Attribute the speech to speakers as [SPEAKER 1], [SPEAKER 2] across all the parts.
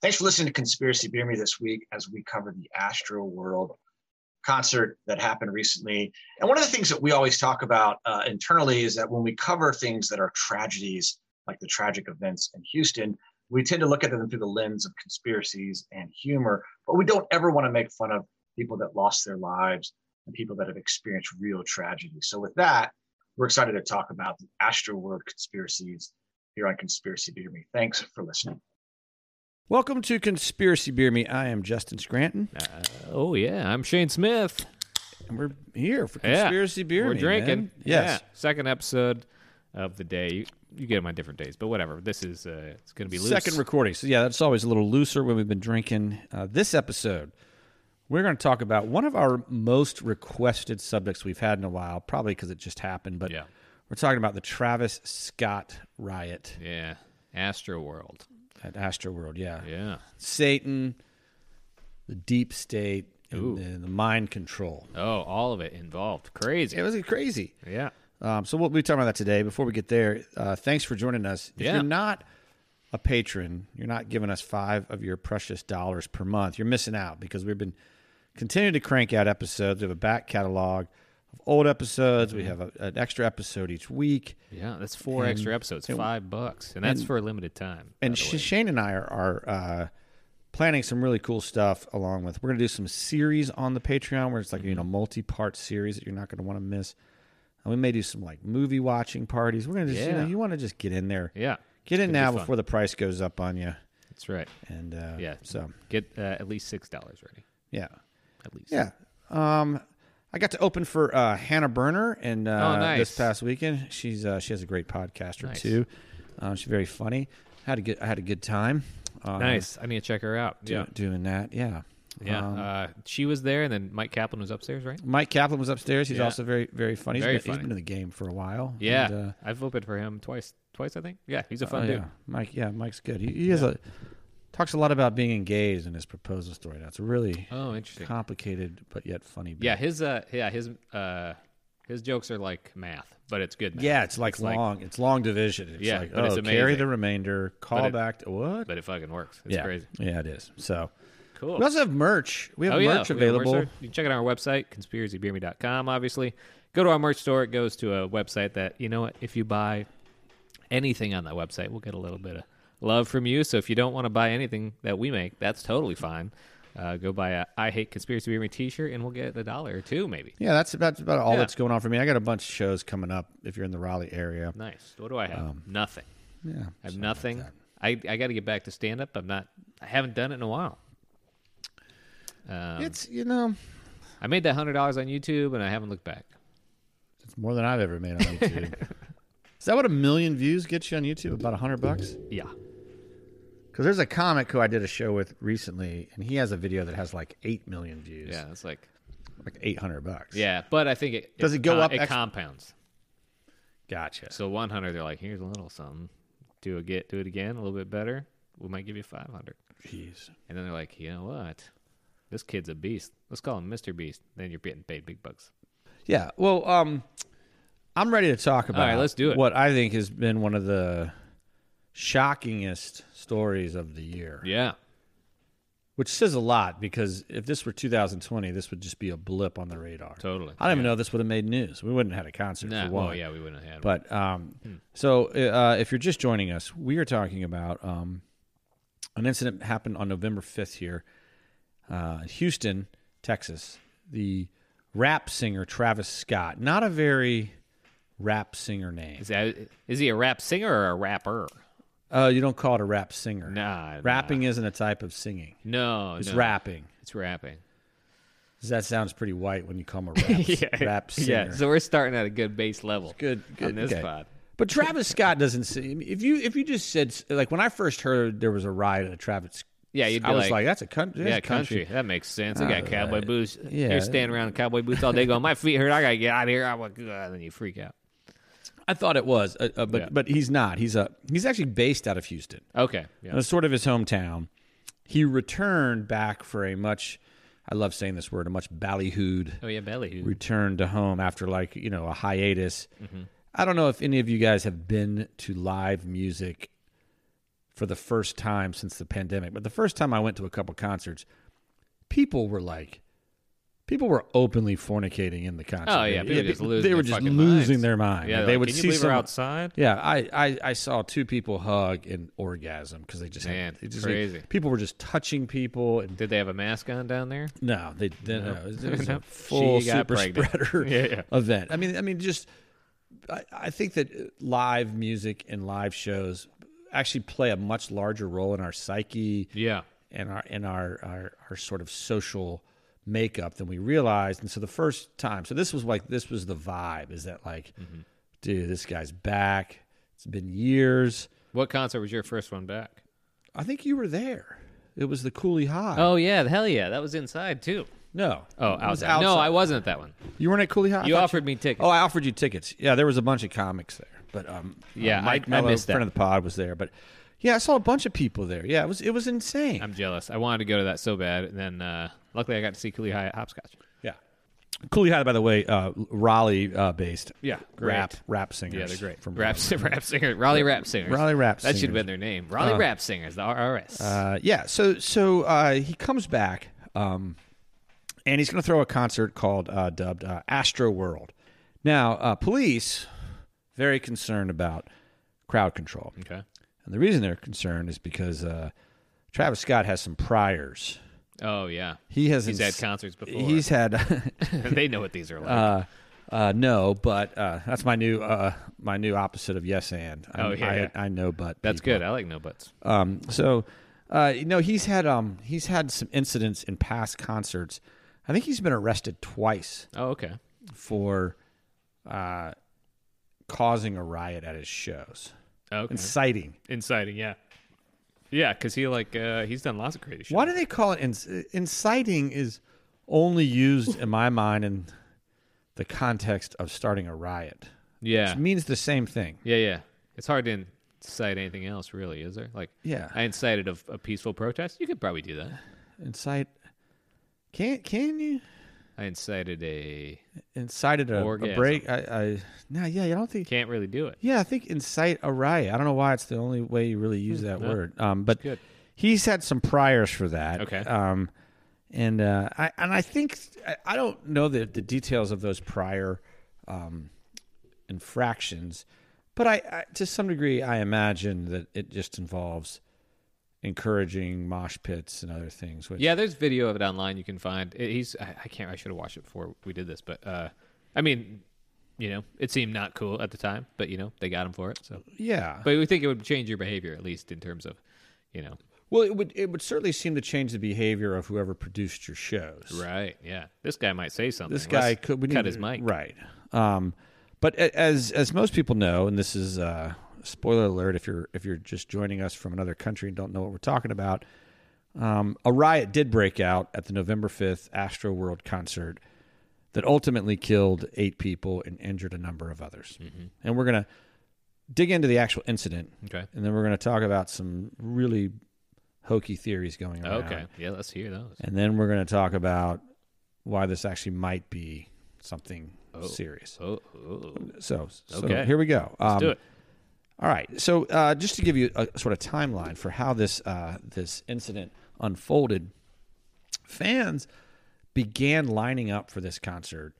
[SPEAKER 1] Thanks for listening to Conspiracy Beer Me this week as we cover the Astro World concert that happened recently. And one of the things that we always talk about uh, internally is that when we cover things that are tragedies, like the tragic events in Houston, we tend to look at them through the lens of conspiracies and humor, but we don't ever want to make fun of people that lost their lives and people that have experienced real tragedy. So, with that, we're excited to talk about the Astro World conspiracies here on Conspiracy Beer Me. Thanks for listening.
[SPEAKER 2] Welcome to Conspiracy Beer Me. I am Justin Scranton,
[SPEAKER 3] Oh yeah, I'm Shane Smith.
[SPEAKER 2] and we're here for
[SPEAKER 3] Yeah,
[SPEAKER 2] Conspiracy Beer
[SPEAKER 3] We're
[SPEAKER 2] Me.
[SPEAKER 3] drinking.
[SPEAKER 2] man. Yes.
[SPEAKER 3] Yeah. Second episode of the day. You, you get them on different days, but whatever. This is uh, it's gonna be loose.
[SPEAKER 2] Second recording. So, yeah, that's always a little looser when we've been drinking. Uh, this episode, we're going to talk about one of our most requested subjects we've had in a while, probably because it just happened, but
[SPEAKER 3] Yeah.
[SPEAKER 2] we're talking about the Travis Scott riot
[SPEAKER 3] yeah. Astro World.
[SPEAKER 2] at Astroworld. Yeah.
[SPEAKER 3] Yeah.
[SPEAKER 2] Satan, the deep state, and,
[SPEAKER 3] Ooh.
[SPEAKER 2] and the mind control.
[SPEAKER 3] Oh, all of it involved. Crazy.
[SPEAKER 2] It was crazy.
[SPEAKER 3] yeah.
[SPEAKER 2] Um, so we'll be talking about that today. Before we get there, uh, thanks for joining us. If
[SPEAKER 3] Yeah.
[SPEAKER 2] you're not a patron, you're not giving us five of your precious dollars per month. You're missing out because we've been continuing to crank out episodes. We have a back catalog of old episodes.
[SPEAKER 3] Mm-hmm.
[SPEAKER 2] We have a, an extra episode each week.
[SPEAKER 3] Yeah. That's four extra episodes. Five bucks, and that's for a limited time. by
[SPEAKER 2] And
[SPEAKER 3] the
[SPEAKER 2] Sh-
[SPEAKER 3] way.
[SPEAKER 2] Shane and I are, are uh, planning some really cool stuff along with. We're going to do some series on the Patreon where it's like,
[SPEAKER 3] Mm-hmm.
[SPEAKER 2] you know, multi part series that you're not going to want to miss. And we may do some like movie watching parties. We're going to just, you know,
[SPEAKER 3] Yeah.
[SPEAKER 2] you want to just get in there.
[SPEAKER 3] yeah,
[SPEAKER 2] Get in
[SPEAKER 3] It's gonna be
[SPEAKER 2] now
[SPEAKER 3] fun.
[SPEAKER 2] before the price goes up on you.
[SPEAKER 3] That's right.
[SPEAKER 2] And uh,
[SPEAKER 3] Yeah.
[SPEAKER 2] so
[SPEAKER 3] Get uh, at least six dollars ready.
[SPEAKER 2] yeah,
[SPEAKER 3] At least.
[SPEAKER 2] yeah. Um, I got to open for uh, Hannah Berner and uh,
[SPEAKER 3] Oh, nice.
[SPEAKER 2] this past weekend. She's uh, she has a great podcaster
[SPEAKER 3] Nice.
[SPEAKER 2] too. Um, she's very funny. Had a good I had a good time. Um,
[SPEAKER 3] Nice. I need to check her out.
[SPEAKER 2] do-
[SPEAKER 3] Yeah.
[SPEAKER 2] doing that. Yeah,
[SPEAKER 3] Yeah.
[SPEAKER 2] Um,
[SPEAKER 3] uh, she was there, and then Mike Kaplan was upstairs, right?
[SPEAKER 2] Mike Kaplan was upstairs. He's
[SPEAKER 3] Yeah.
[SPEAKER 2] also very very funny. He's
[SPEAKER 3] Very
[SPEAKER 2] been, He's
[SPEAKER 3] funny.
[SPEAKER 2] been in the game for a while.
[SPEAKER 3] Yeah,
[SPEAKER 2] And, uh,
[SPEAKER 3] I've voted for him twice. Twice, I think. Yeah, he's a
[SPEAKER 2] oh,
[SPEAKER 3] fun dude.
[SPEAKER 2] yeah, Mike. Yeah, Mike's good. He, he has a talks a lot about being engaged in his proposal story. That's really
[SPEAKER 3] Oh, interesting.
[SPEAKER 2] complicated but yet funny. bit.
[SPEAKER 3] Yeah, his uh, yeah, his uh, his jokes are like math, but it's good. Math.
[SPEAKER 2] Yeah, it's like
[SPEAKER 3] like-
[SPEAKER 2] long. it's long division. It's
[SPEAKER 3] Yeah,
[SPEAKER 2] like
[SPEAKER 3] but it's
[SPEAKER 2] oh, carry
[SPEAKER 3] amazing.
[SPEAKER 2] the remainder, call
[SPEAKER 3] But it-
[SPEAKER 2] back to what?
[SPEAKER 3] but it fucking works. It's
[SPEAKER 2] yeah,
[SPEAKER 3] crazy.
[SPEAKER 2] yeah, it is. So
[SPEAKER 3] Cool.
[SPEAKER 2] we also have merch. We have
[SPEAKER 3] oh
[SPEAKER 2] merch
[SPEAKER 3] yeah, we have merch
[SPEAKER 2] available.
[SPEAKER 3] there. you can check it out on our website, conspiracybeerme.com, Obviously, go to our merch store. It goes to a website that you know what if you buy anything on that website, we'll get a little bit of love from you. So if you don't want to buy anything that we make, that's totally fine. Uh, go buy a I hate conspiracy beer Me t-shirt and we'll get a dollar or two maybe.
[SPEAKER 2] yeah, that's about, about all
[SPEAKER 3] Yeah.
[SPEAKER 2] that's going on for me. I got a bunch of shows coming up. If you're in the Raleigh area,
[SPEAKER 3] Nice. What do I have?
[SPEAKER 2] Um,
[SPEAKER 3] Nothing.
[SPEAKER 2] yeah,
[SPEAKER 3] I have nothing. I, I got to get back to stand up. I'm not. I haven't done it in a while. Um,
[SPEAKER 2] it's you know,
[SPEAKER 3] I made that hundred dollars on YouTube, and I haven't looked back.
[SPEAKER 2] it's more than I've ever made on YouTube. Is that what a million views gets you on YouTube? About a hundred bucks?
[SPEAKER 3] Yeah.
[SPEAKER 2] Because there's a comic who I did a show with recently, and he has a video that has like eight million views.
[SPEAKER 3] Yeah. It's like.
[SPEAKER 2] like eight hundred bucks.
[SPEAKER 3] Yeah, but I think it
[SPEAKER 2] Does it go
[SPEAKER 3] com-
[SPEAKER 2] up
[SPEAKER 3] It
[SPEAKER 2] ex-
[SPEAKER 3] compounds.
[SPEAKER 2] gotcha.
[SPEAKER 3] So one hundred, they're like, here's a little something. Do it get do it again a little bit better. We might give you five hundred.
[SPEAKER 2] Jeez.
[SPEAKER 3] And then they're like, you know what? This kid's a beast. Let's call him Mr. Beast. Then you're getting paid big bucks.
[SPEAKER 2] Yeah. Well, um, I'm ready to talk about.
[SPEAKER 3] right, let's do it.
[SPEAKER 2] What I think has been one of the shockingest stories of the year,
[SPEAKER 3] Yeah.
[SPEAKER 2] which says a lot because if this were 2020, this would just be a blip on the radar.
[SPEAKER 3] Totally.
[SPEAKER 2] I don't even know this would have made news. We wouldn't have had a concert
[SPEAKER 3] Nah,
[SPEAKER 2] for one.
[SPEAKER 3] well, yeah, we wouldn't have had.
[SPEAKER 2] But um,
[SPEAKER 3] Hmm.
[SPEAKER 2] so uh, if you're just joining us, we are talking about um, an incident that happened on November 5th here uh, in Houston, Texas. The rap singer Travis Scott, not a very rap singer name.
[SPEAKER 3] is that is he a rap singer or a rapper?
[SPEAKER 2] Oh, you don't call it a rap singer.
[SPEAKER 3] Nah,
[SPEAKER 2] Rapping isn't a type of singing.
[SPEAKER 3] No,
[SPEAKER 2] It's
[SPEAKER 3] no.
[SPEAKER 2] rapping.
[SPEAKER 3] It's rapping.
[SPEAKER 2] 'Cause That sounds pretty white when you call him a rap, rap singer.
[SPEAKER 3] Yeah, so we're starting at a good base level.
[SPEAKER 2] good, good
[SPEAKER 3] on this
[SPEAKER 2] okay.
[SPEAKER 3] pod.
[SPEAKER 2] But Travis Scott doesn't seem. If you if you just said like when I first heard there was a riot at a Travis
[SPEAKER 3] Yeah, you'd be
[SPEAKER 2] I was
[SPEAKER 3] like,
[SPEAKER 2] like, that's a country.
[SPEAKER 3] yeah, country. That makes sense. I got
[SPEAKER 2] Uh,
[SPEAKER 3] cowboy boots.
[SPEAKER 2] yeah.
[SPEAKER 3] You're standing around in cowboy boots all day going, my feet hurt. I got to get out of here. I want, and then you freak out.
[SPEAKER 2] I thought it was, uh, uh, but
[SPEAKER 3] Yeah.
[SPEAKER 2] but he's not. He's a he's actually based out of Houston.
[SPEAKER 3] Okay. Yeah.
[SPEAKER 2] It's sort of his hometown. He returned back for a much, I love saying this word, a much ballyhooed
[SPEAKER 3] Oh, yeah, belly.
[SPEAKER 2] return to home after like you know a hiatus.
[SPEAKER 3] Mm-hmm.
[SPEAKER 2] I don't know if any of you guys have been to live music for the first time since the pandemic, but the first time I went to a couple concerts, people were like, people were openly fornicating in the concert.
[SPEAKER 3] Oh, yeah,
[SPEAKER 2] It-
[SPEAKER 3] people
[SPEAKER 2] it-
[SPEAKER 3] just losing
[SPEAKER 2] they were
[SPEAKER 3] their
[SPEAKER 2] just
[SPEAKER 3] fucking
[SPEAKER 2] losing
[SPEAKER 3] minds.
[SPEAKER 2] their mind.
[SPEAKER 3] Yeah,
[SPEAKER 2] they
[SPEAKER 3] like,
[SPEAKER 2] would
[SPEAKER 3] Can you
[SPEAKER 2] see
[SPEAKER 3] believe
[SPEAKER 2] some.
[SPEAKER 3] we're outside?
[SPEAKER 2] Yeah, I, I, I saw two people hug and orgasm because they just had-
[SPEAKER 3] Man,
[SPEAKER 2] it just
[SPEAKER 3] crazy.
[SPEAKER 2] people were just touching people and
[SPEAKER 3] Did they have a mask on down there?
[SPEAKER 2] no, they didn't.
[SPEAKER 3] No.
[SPEAKER 2] It was, it was
[SPEAKER 3] No.
[SPEAKER 2] a full
[SPEAKER 3] She got
[SPEAKER 2] super
[SPEAKER 3] pregnant.
[SPEAKER 2] spreader
[SPEAKER 3] Yeah, yeah.
[SPEAKER 2] event. I mean, I mean, just I, I think that uh, live music and live shows actually play a much larger role in our psyche
[SPEAKER 3] Yeah.
[SPEAKER 2] and our in our, our our sort of social makeup than we realized. And so the first time, so this was like this was the vibe is that like, dude, this guy's back. It's been years.
[SPEAKER 3] What concert was your first one back?
[SPEAKER 2] I think you were there. It was the Cooley High.
[SPEAKER 3] Oh, yeah. Hell yeah. That was inside, too.
[SPEAKER 2] no!
[SPEAKER 3] Oh,
[SPEAKER 2] It was
[SPEAKER 3] outside. No, I wasn't at that one.
[SPEAKER 2] You weren't at Cooley High. I
[SPEAKER 3] You
[SPEAKER 2] thought
[SPEAKER 3] offered me tickets.
[SPEAKER 2] Oh, I offered you tickets. Yeah, there was a bunch of comics there, but um,
[SPEAKER 3] Yeah,
[SPEAKER 2] uh, Mike
[SPEAKER 3] I- I
[SPEAKER 2] Mello,
[SPEAKER 3] missed that.
[SPEAKER 2] friend of the pod, was there. But yeah, I saw a bunch of people there. Yeah, it was it was insane.
[SPEAKER 3] I'm jealous. I wanted to go to that so bad, and then uh, luckily I got to see Cooley High at Hopscotch.
[SPEAKER 2] yeah, Cooley High, by the way, uh, Raleigh uh, based.
[SPEAKER 3] Yeah,
[SPEAKER 2] rap
[SPEAKER 3] great.
[SPEAKER 2] rap singers.
[SPEAKER 3] Yeah, they're great.
[SPEAKER 2] From
[SPEAKER 3] rap,
[SPEAKER 2] Raleigh.
[SPEAKER 3] rap singers, Raleigh rap singers.
[SPEAKER 2] Raleigh Rap
[SPEAKER 3] That should have
[SPEAKER 2] Singers.
[SPEAKER 3] been their name, Raleigh rap singers, the RRS.
[SPEAKER 2] Uh, yeah, so so uh, he comes back, um, and he's going to throw a concert called uh, dubbed uh, Astro World. Now, uh, police very concerned about crowd control.
[SPEAKER 3] okay.
[SPEAKER 2] And the reason they're concerned is because uh, Travis Scott has some priors.
[SPEAKER 3] Oh yeah,
[SPEAKER 2] He has
[SPEAKER 3] he's
[SPEAKER 2] ins-
[SPEAKER 3] had concerts before.
[SPEAKER 2] He's had
[SPEAKER 3] they know what these are like.
[SPEAKER 2] uh, uh, no, but uh, that's my new uh, my new opposite of yes and. I,
[SPEAKER 3] Oh, yeah,
[SPEAKER 2] I,
[SPEAKER 3] yeah.
[SPEAKER 2] I know, but
[SPEAKER 3] That's
[SPEAKER 2] people.
[SPEAKER 3] good. I like no buts.
[SPEAKER 2] Um, so uh, you know he's had um, he's had some incidents in past concerts. I think he's been arrested twice
[SPEAKER 3] Oh okay.
[SPEAKER 2] for uh, causing a riot at his shows,
[SPEAKER 3] Okay.
[SPEAKER 2] inciting.
[SPEAKER 3] Inciting, yeah, yeah, because he like uh, he's done lots of crazy shit.
[SPEAKER 2] Why do they call it inc- inciting? Is only used in my mind in the context of starting a riot.
[SPEAKER 3] Yeah,
[SPEAKER 2] It means the same thing.
[SPEAKER 3] yeah, yeah. It's hard to incite anything else, really, is there? Like,
[SPEAKER 2] Yeah.
[SPEAKER 3] I incited a, a peaceful protest. You could probably do that.
[SPEAKER 2] Incite. Can can you
[SPEAKER 3] I incited a
[SPEAKER 2] incited a, a
[SPEAKER 3] Orgasm.
[SPEAKER 2] break? I, I no yeah. I don't think.
[SPEAKER 3] can't really do it.
[SPEAKER 2] Yeah, I think incite a riot. I don't know why it's the only way you really use that word. Um, but
[SPEAKER 3] Hmm. good.
[SPEAKER 2] he's had some priors for that.
[SPEAKER 3] Okay.
[SPEAKER 2] Um, and uh, I and I think I, I don't know the the details of those prior um, infractions, but I, I to some degree I imagine that it just involves encouraging mosh pits and other things. Which,
[SPEAKER 3] Yeah, there's video of it online you can find. It, he's I, I can't I should have watched it before we did this, but uh I mean, you know, it seemed not cool at the time, but you know, they got him for it. So,
[SPEAKER 2] Yeah.
[SPEAKER 3] but we think it would change your behavior at least in terms of, you know,
[SPEAKER 2] well, it would it would certainly seem to change the behavior of whoever produced your shows.
[SPEAKER 3] right? Yeah, this guy might say something.
[SPEAKER 2] this guy
[SPEAKER 3] Let's
[SPEAKER 2] could we
[SPEAKER 3] cut
[SPEAKER 2] need
[SPEAKER 3] his mic.
[SPEAKER 2] right um but a- as as most people know and this is uh spoiler alert if you're if you're just joining us from another country and don't know what we're talking about um a riot did break out at the november 5th astro world concert that ultimately killed eight people and injured a number of others
[SPEAKER 3] Mm-hmm.
[SPEAKER 2] and we're gonna dig into the actual incident
[SPEAKER 3] Okay.
[SPEAKER 2] and then we're gonna talk about some really hokey theories going around
[SPEAKER 3] Okay. Yeah, let's hear those.
[SPEAKER 2] and then we're going to talk about why this actually might be something serious.
[SPEAKER 3] Oh, oh,
[SPEAKER 2] So, so
[SPEAKER 3] Okay.
[SPEAKER 2] here we go. Um,
[SPEAKER 3] do it.
[SPEAKER 2] All right. So, uh, just to give you a sort of timeline for how this uh, this incident unfolded, fans began lining up for this concert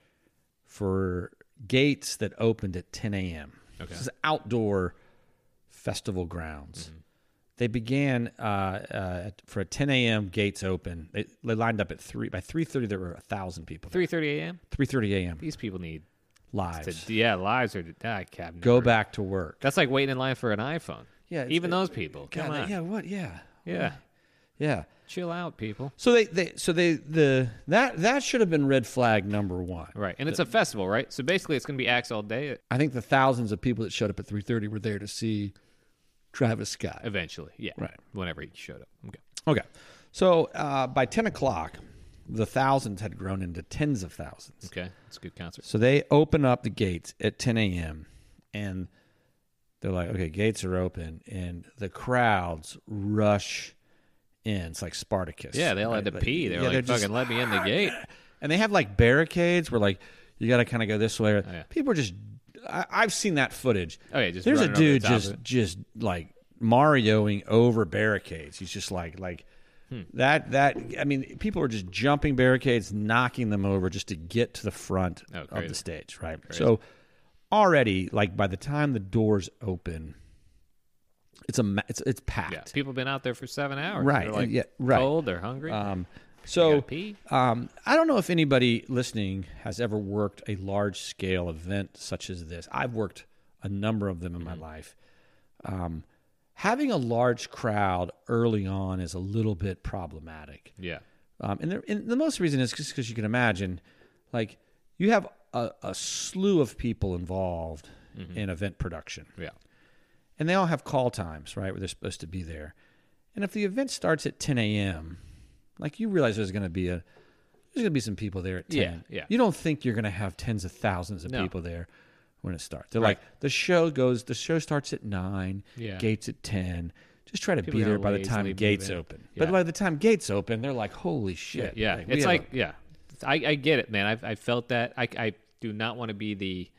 [SPEAKER 2] for gates that opened at 10 a.m. This is outdoor festival grounds.
[SPEAKER 3] Mm-hmm.
[SPEAKER 2] They began uh, uh, at- for a 10 a.m. gates open. They, they lined up at three by 3:30. There were a thousand people. there.
[SPEAKER 3] Three thirty a.m.
[SPEAKER 2] 3:30 a.m.
[SPEAKER 3] These people need to.
[SPEAKER 2] lives.
[SPEAKER 3] Yeah, lives are. I can't
[SPEAKER 2] Go
[SPEAKER 3] never-
[SPEAKER 2] back to work.
[SPEAKER 3] That's like waiting in line for an iPhone.
[SPEAKER 2] Yeah, it's-
[SPEAKER 3] even
[SPEAKER 2] it-
[SPEAKER 3] those people. Come
[SPEAKER 2] God,
[SPEAKER 3] on.
[SPEAKER 2] Yeah. What? Yeah.
[SPEAKER 3] yeah.
[SPEAKER 2] Yeah.
[SPEAKER 3] Chill out, people.
[SPEAKER 2] So they, they so they the that that should have been red flag number one.
[SPEAKER 3] Right, and it's a festival, right? So basically, it's going to be acts all day.
[SPEAKER 2] I think the thousands of people that showed up at three thirty were there to see Travis Scott.
[SPEAKER 3] Eventually, yeah.
[SPEAKER 2] Right.
[SPEAKER 3] Whenever he showed up. Okay.
[SPEAKER 2] Okay. So uh, by 10 o'clock, the thousands had grown into tens of thousands.
[SPEAKER 3] Okay. It's a good concert.
[SPEAKER 2] So they open up the gates at 10 a.m. and they're like, okay, gates are open. And the crowds rush in. It's like Spartacus.
[SPEAKER 3] Yeah, they all had
[SPEAKER 2] right?
[SPEAKER 3] to pee. They were
[SPEAKER 2] yeah, they're
[SPEAKER 3] like,
[SPEAKER 2] just-
[SPEAKER 3] fucking let me in the gate.
[SPEAKER 2] and they have like barricades where like you got to kind of go this way. Or,
[SPEAKER 3] Oh, yeah.
[SPEAKER 2] People are just. I, I've seen that footage.
[SPEAKER 3] Oh, yeah, just
[SPEAKER 2] there's a
[SPEAKER 3] running over the
[SPEAKER 2] dude
[SPEAKER 3] top of
[SPEAKER 2] just
[SPEAKER 3] it.
[SPEAKER 2] just like Marioing over barricades. He's just like like
[SPEAKER 3] Hmm.
[SPEAKER 2] that that. I mean, people are just jumping barricades, knocking them over just to get to the front
[SPEAKER 3] Oh,
[SPEAKER 2] of
[SPEAKER 3] crazy.
[SPEAKER 2] the stage. Right. So already, like by the time the doors open, it's a ma- it's it's packed.
[SPEAKER 3] Yeah. People have been out there for seven hours.
[SPEAKER 2] Right,
[SPEAKER 3] They're like
[SPEAKER 2] yeah, right.
[SPEAKER 3] cold. They're hungry.
[SPEAKER 2] Um, so
[SPEAKER 3] gotta pee?
[SPEAKER 2] um, I don't know if anybody listening has ever worked a large scale event such as this. I've worked a number of them in my life. Um, having a large crowd early on is a little bit problematic.
[SPEAKER 3] yeah.
[SPEAKER 2] Um, and, there, and the most reason is just because you can imagine, like, you have a, a slew of people involved in event production
[SPEAKER 3] Yeah.
[SPEAKER 2] and they all have call times, right, where they're supposed to be there. And if the event starts at 10 a.m., like you realize there's going to be a there's going to be some people there at 10.
[SPEAKER 3] Yeah, yeah.
[SPEAKER 2] You don't think you're going to have tens of thousands of
[SPEAKER 3] No.
[SPEAKER 2] people there when it starts. They're
[SPEAKER 3] Right.
[SPEAKER 2] like the show goes the show starts at 9,
[SPEAKER 3] Yeah.
[SPEAKER 2] gates at 10. Just try to
[SPEAKER 3] People
[SPEAKER 2] be
[SPEAKER 3] are
[SPEAKER 2] there
[SPEAKER 3] gonna
[SPEAKER 2] by the time
[SPEAKER 3] lazily
[SPEAKER 2] gates
[SPEAKER 3] move in.
[SPEAKER 2] open.
[SPEAKER 3] Yeah.
[SPEAKER 2] But by the time gates open, they're like holy shit.
[SPEAKER 3] Yeah,
[SPEAKER 2] we
[SPEAKER 3] it's
[SPEAKER 2] have a-
[SPEAKER 3] like yeah, I, I get it, man. I've I felt that. I I do not want to be the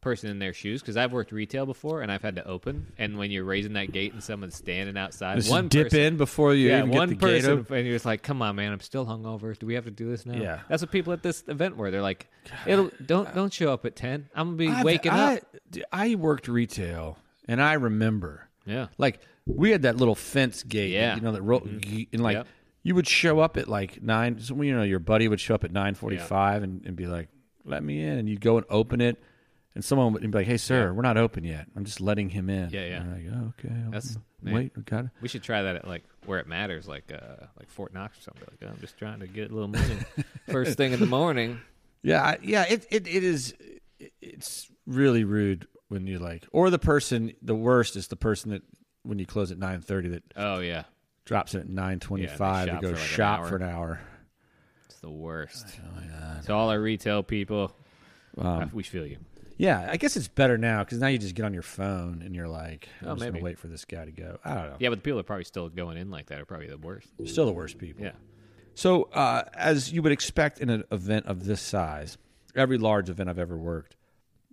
[SPEAKER 3] person in their shoes because I've worked retail before and I've had to open. And when you're raising that gate and someone's standing outside,
[SPEAKER 2] Just
[SPEAKER 3] uh, one
[SPEAKER 2] dip
[SPEAKER 3] person,
[SPEAKER 2] in before you
[SPEAKER 3] yeah,
[SPEAKER 2] even
[SPEAKER 3] one
[SPEAKER 2] get the gate
[SPEAKER 3] person,
[SPEAKER 2] open.
[SPEAKER 3] and you're just like, "Come on, man, I'm still hungover. Do we have to do this now?"
[SPEAKER 2] Yeah.
[SPEAKER 3] that's what people at this event were. They're like, "It'll don't don't show up at ten. I'm gonna be
[SPEAKER 2] I've-
[SPEAKER 3] waking
[SPEAKER 2] I,
[SPEAKER 3] up."
[SPEAKER 2] I worked retail, and I remember.
[SPEAKER 3] Yeah.
[SPEAKER 2] Like we had that little fence gate.
[SPEAKER 3] Yeah. Mm-hmm.
[SPEAKER 2] You know that ro- and like
[SPEAKER 3] Yep.
[SPEAKER 2] you would show up at like nine. So, you know your buddy would show up at nine forty-five and, and be like, "Let me in," and you'd go and open it, and someone would be like, "Hey, sir, we're not open yet. I'm just letting him in."
[SPEAKER 3] Yeah, yeah.
[SPEAKER 2] And I'm like, oh, okay. I'll-
[SPEAKER 3] That's- man.
[SPEAKER 2] wait. we Got it.
[SPEAKER 3] We should try that at like where it matters, like uh like Fort Knox or something. Like, "Oh, I'm just trying to get a little money first thing in the morning.
[SPEAKER 2] Yeah, I, yeah. It, it it is. It's really rude when you like, or the person. The worst is the person that when you close at nine thirty that
[SPEAKER 3] Oh yeah,
[SPEAKER 2] drops it at nine twenty-five
[SPEAKER 3] Yeah,
[SPEAKER 2] to
[SPEAKER 3] and they
[SPEAKER 2] go shop
[SPEAKER 3] shop for like an hour.
[SPEAKER 2] for an hour.
[SPEAKER 3] It's the worst. To all our retail people, I- we feel you.
[SPEAKER 2] Yeah, I guess it's better now because now you just get on your phone and you're like, I'm
[SPEAKER 3] Oh,
[SPEAKER 2] just gonna
[SPEAKER 3] maybe.
[SPEAKER 2] wait for this guy to go. I don't know.
[SPEAKER 3] Yeah, but the people that are probably still going in like that are probably the worst.
[SPEAKER 2] Still the worst people.
[SPEAKER 3] Yeah.
[SPEAKER 2] So, uh, as you would expect in an event of this size, every large event I've ever worked,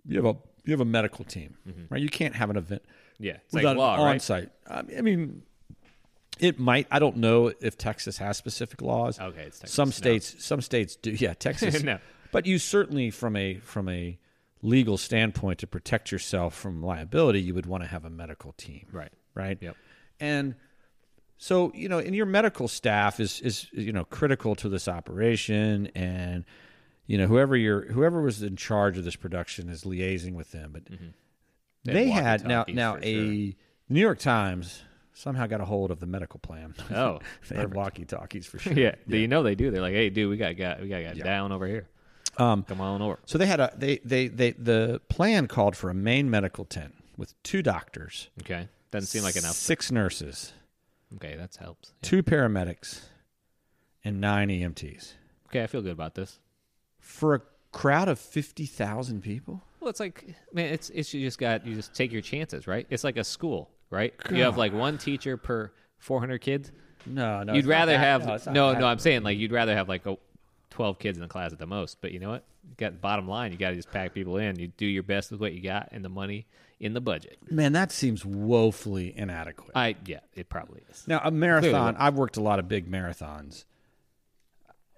[SPEAKER 2] you have a you have a medical team, right? You can't have an event
[SPEAKER 3] Mm-hmm. Yeah. It's
[SPEAKER 2] without
[SPEAKER 3] like law,
[SPEAKER 2] an
[SPEAKER 3] right?
[SPEAKER 2] on-site. I mean- I mean, it might. I don't know if Texas has specific laws.
[SPEAKER 3] Okay, it's Texas.
[SPEAKER 2] Some
[SPEAKER 3] No.
[SPEAKER 2] states, some states do. Yeah, Texas.
[SPEAKER 3] No.
[SPEAKER 2] But you certainly, from a from a legal standpoint, to protect yourself from liability, you would want to have a medical team,
[SPEAKER 3] Right.
[SPEAKER 2] Right.
[SPEAKER 3] Yep.
[SPEAKER 2] And so you know, and your medical staff is is you know critical to this operation, and you know whoever your whoever was in charge of this production is liaising with them, but
[SPEAKER 3] Mm-hmm. They
[SPEAKER 2] they
[SPEAKER 3] had
[SPEAKER 2] had now
[SPEAKER 3] walkie-talkies
[SPEAKER 2] now
[SPEAKER 3] for
[SPEAKER 2] a the New York Times somehow got a hold of the medical plan.
[SPEAKER 3] Oh,
[SPEAKER 2] they had walkie talkies for sure.
[SPEAKER 3] Yeah. You know they do. They're like, hey, dude, we got got we got got down over here. Um, Come on over.
[SPEAKER 2] So they had a they they they the plan called for a main medical tent with two doctors,
[SPEAKER 3] Okay. Doesn't seem like enough.
[SPEAKER 2] six nurses,
[SPEAKER 3] Okay, that helps.
[SPEAKER 2] two paramedics, and nine E EMTs
[SPEAKER 3] Okay, I feel good about this.
[SPEAKER 2] for a crowd of fifty thousand people.
[SPEAKER 3] Well, it's like, man, it's it's you just got you just take your chances, right? It's like a school, right? You have like one teacher per 400 kids.
[SPEAKER 2] No, no,
[SPEAKER 3] you'd
[SPEAKER 2] it's not
[SPEAKER 3] rather
[SPEAKER 2] that-
[SPEAKER 3] have
[SPEAKER 2] it's not
[SPEAKER 3] no, no,
[SPEAKER 2] that.
[SPEAKER 3] I'm saying like you'd rather have like a, 12 kids in the class at the most. But you know what? You got bottom line, you got to just pack people in. You do your best with what you got and the money in the budget.
[SPEAKER 2] Man, that seems woefully inadequate.
[SPEAKER 3] I yeah, it probably is.
[SPEAKER 2] Now, a marathon, I've worked a lot of big marathons.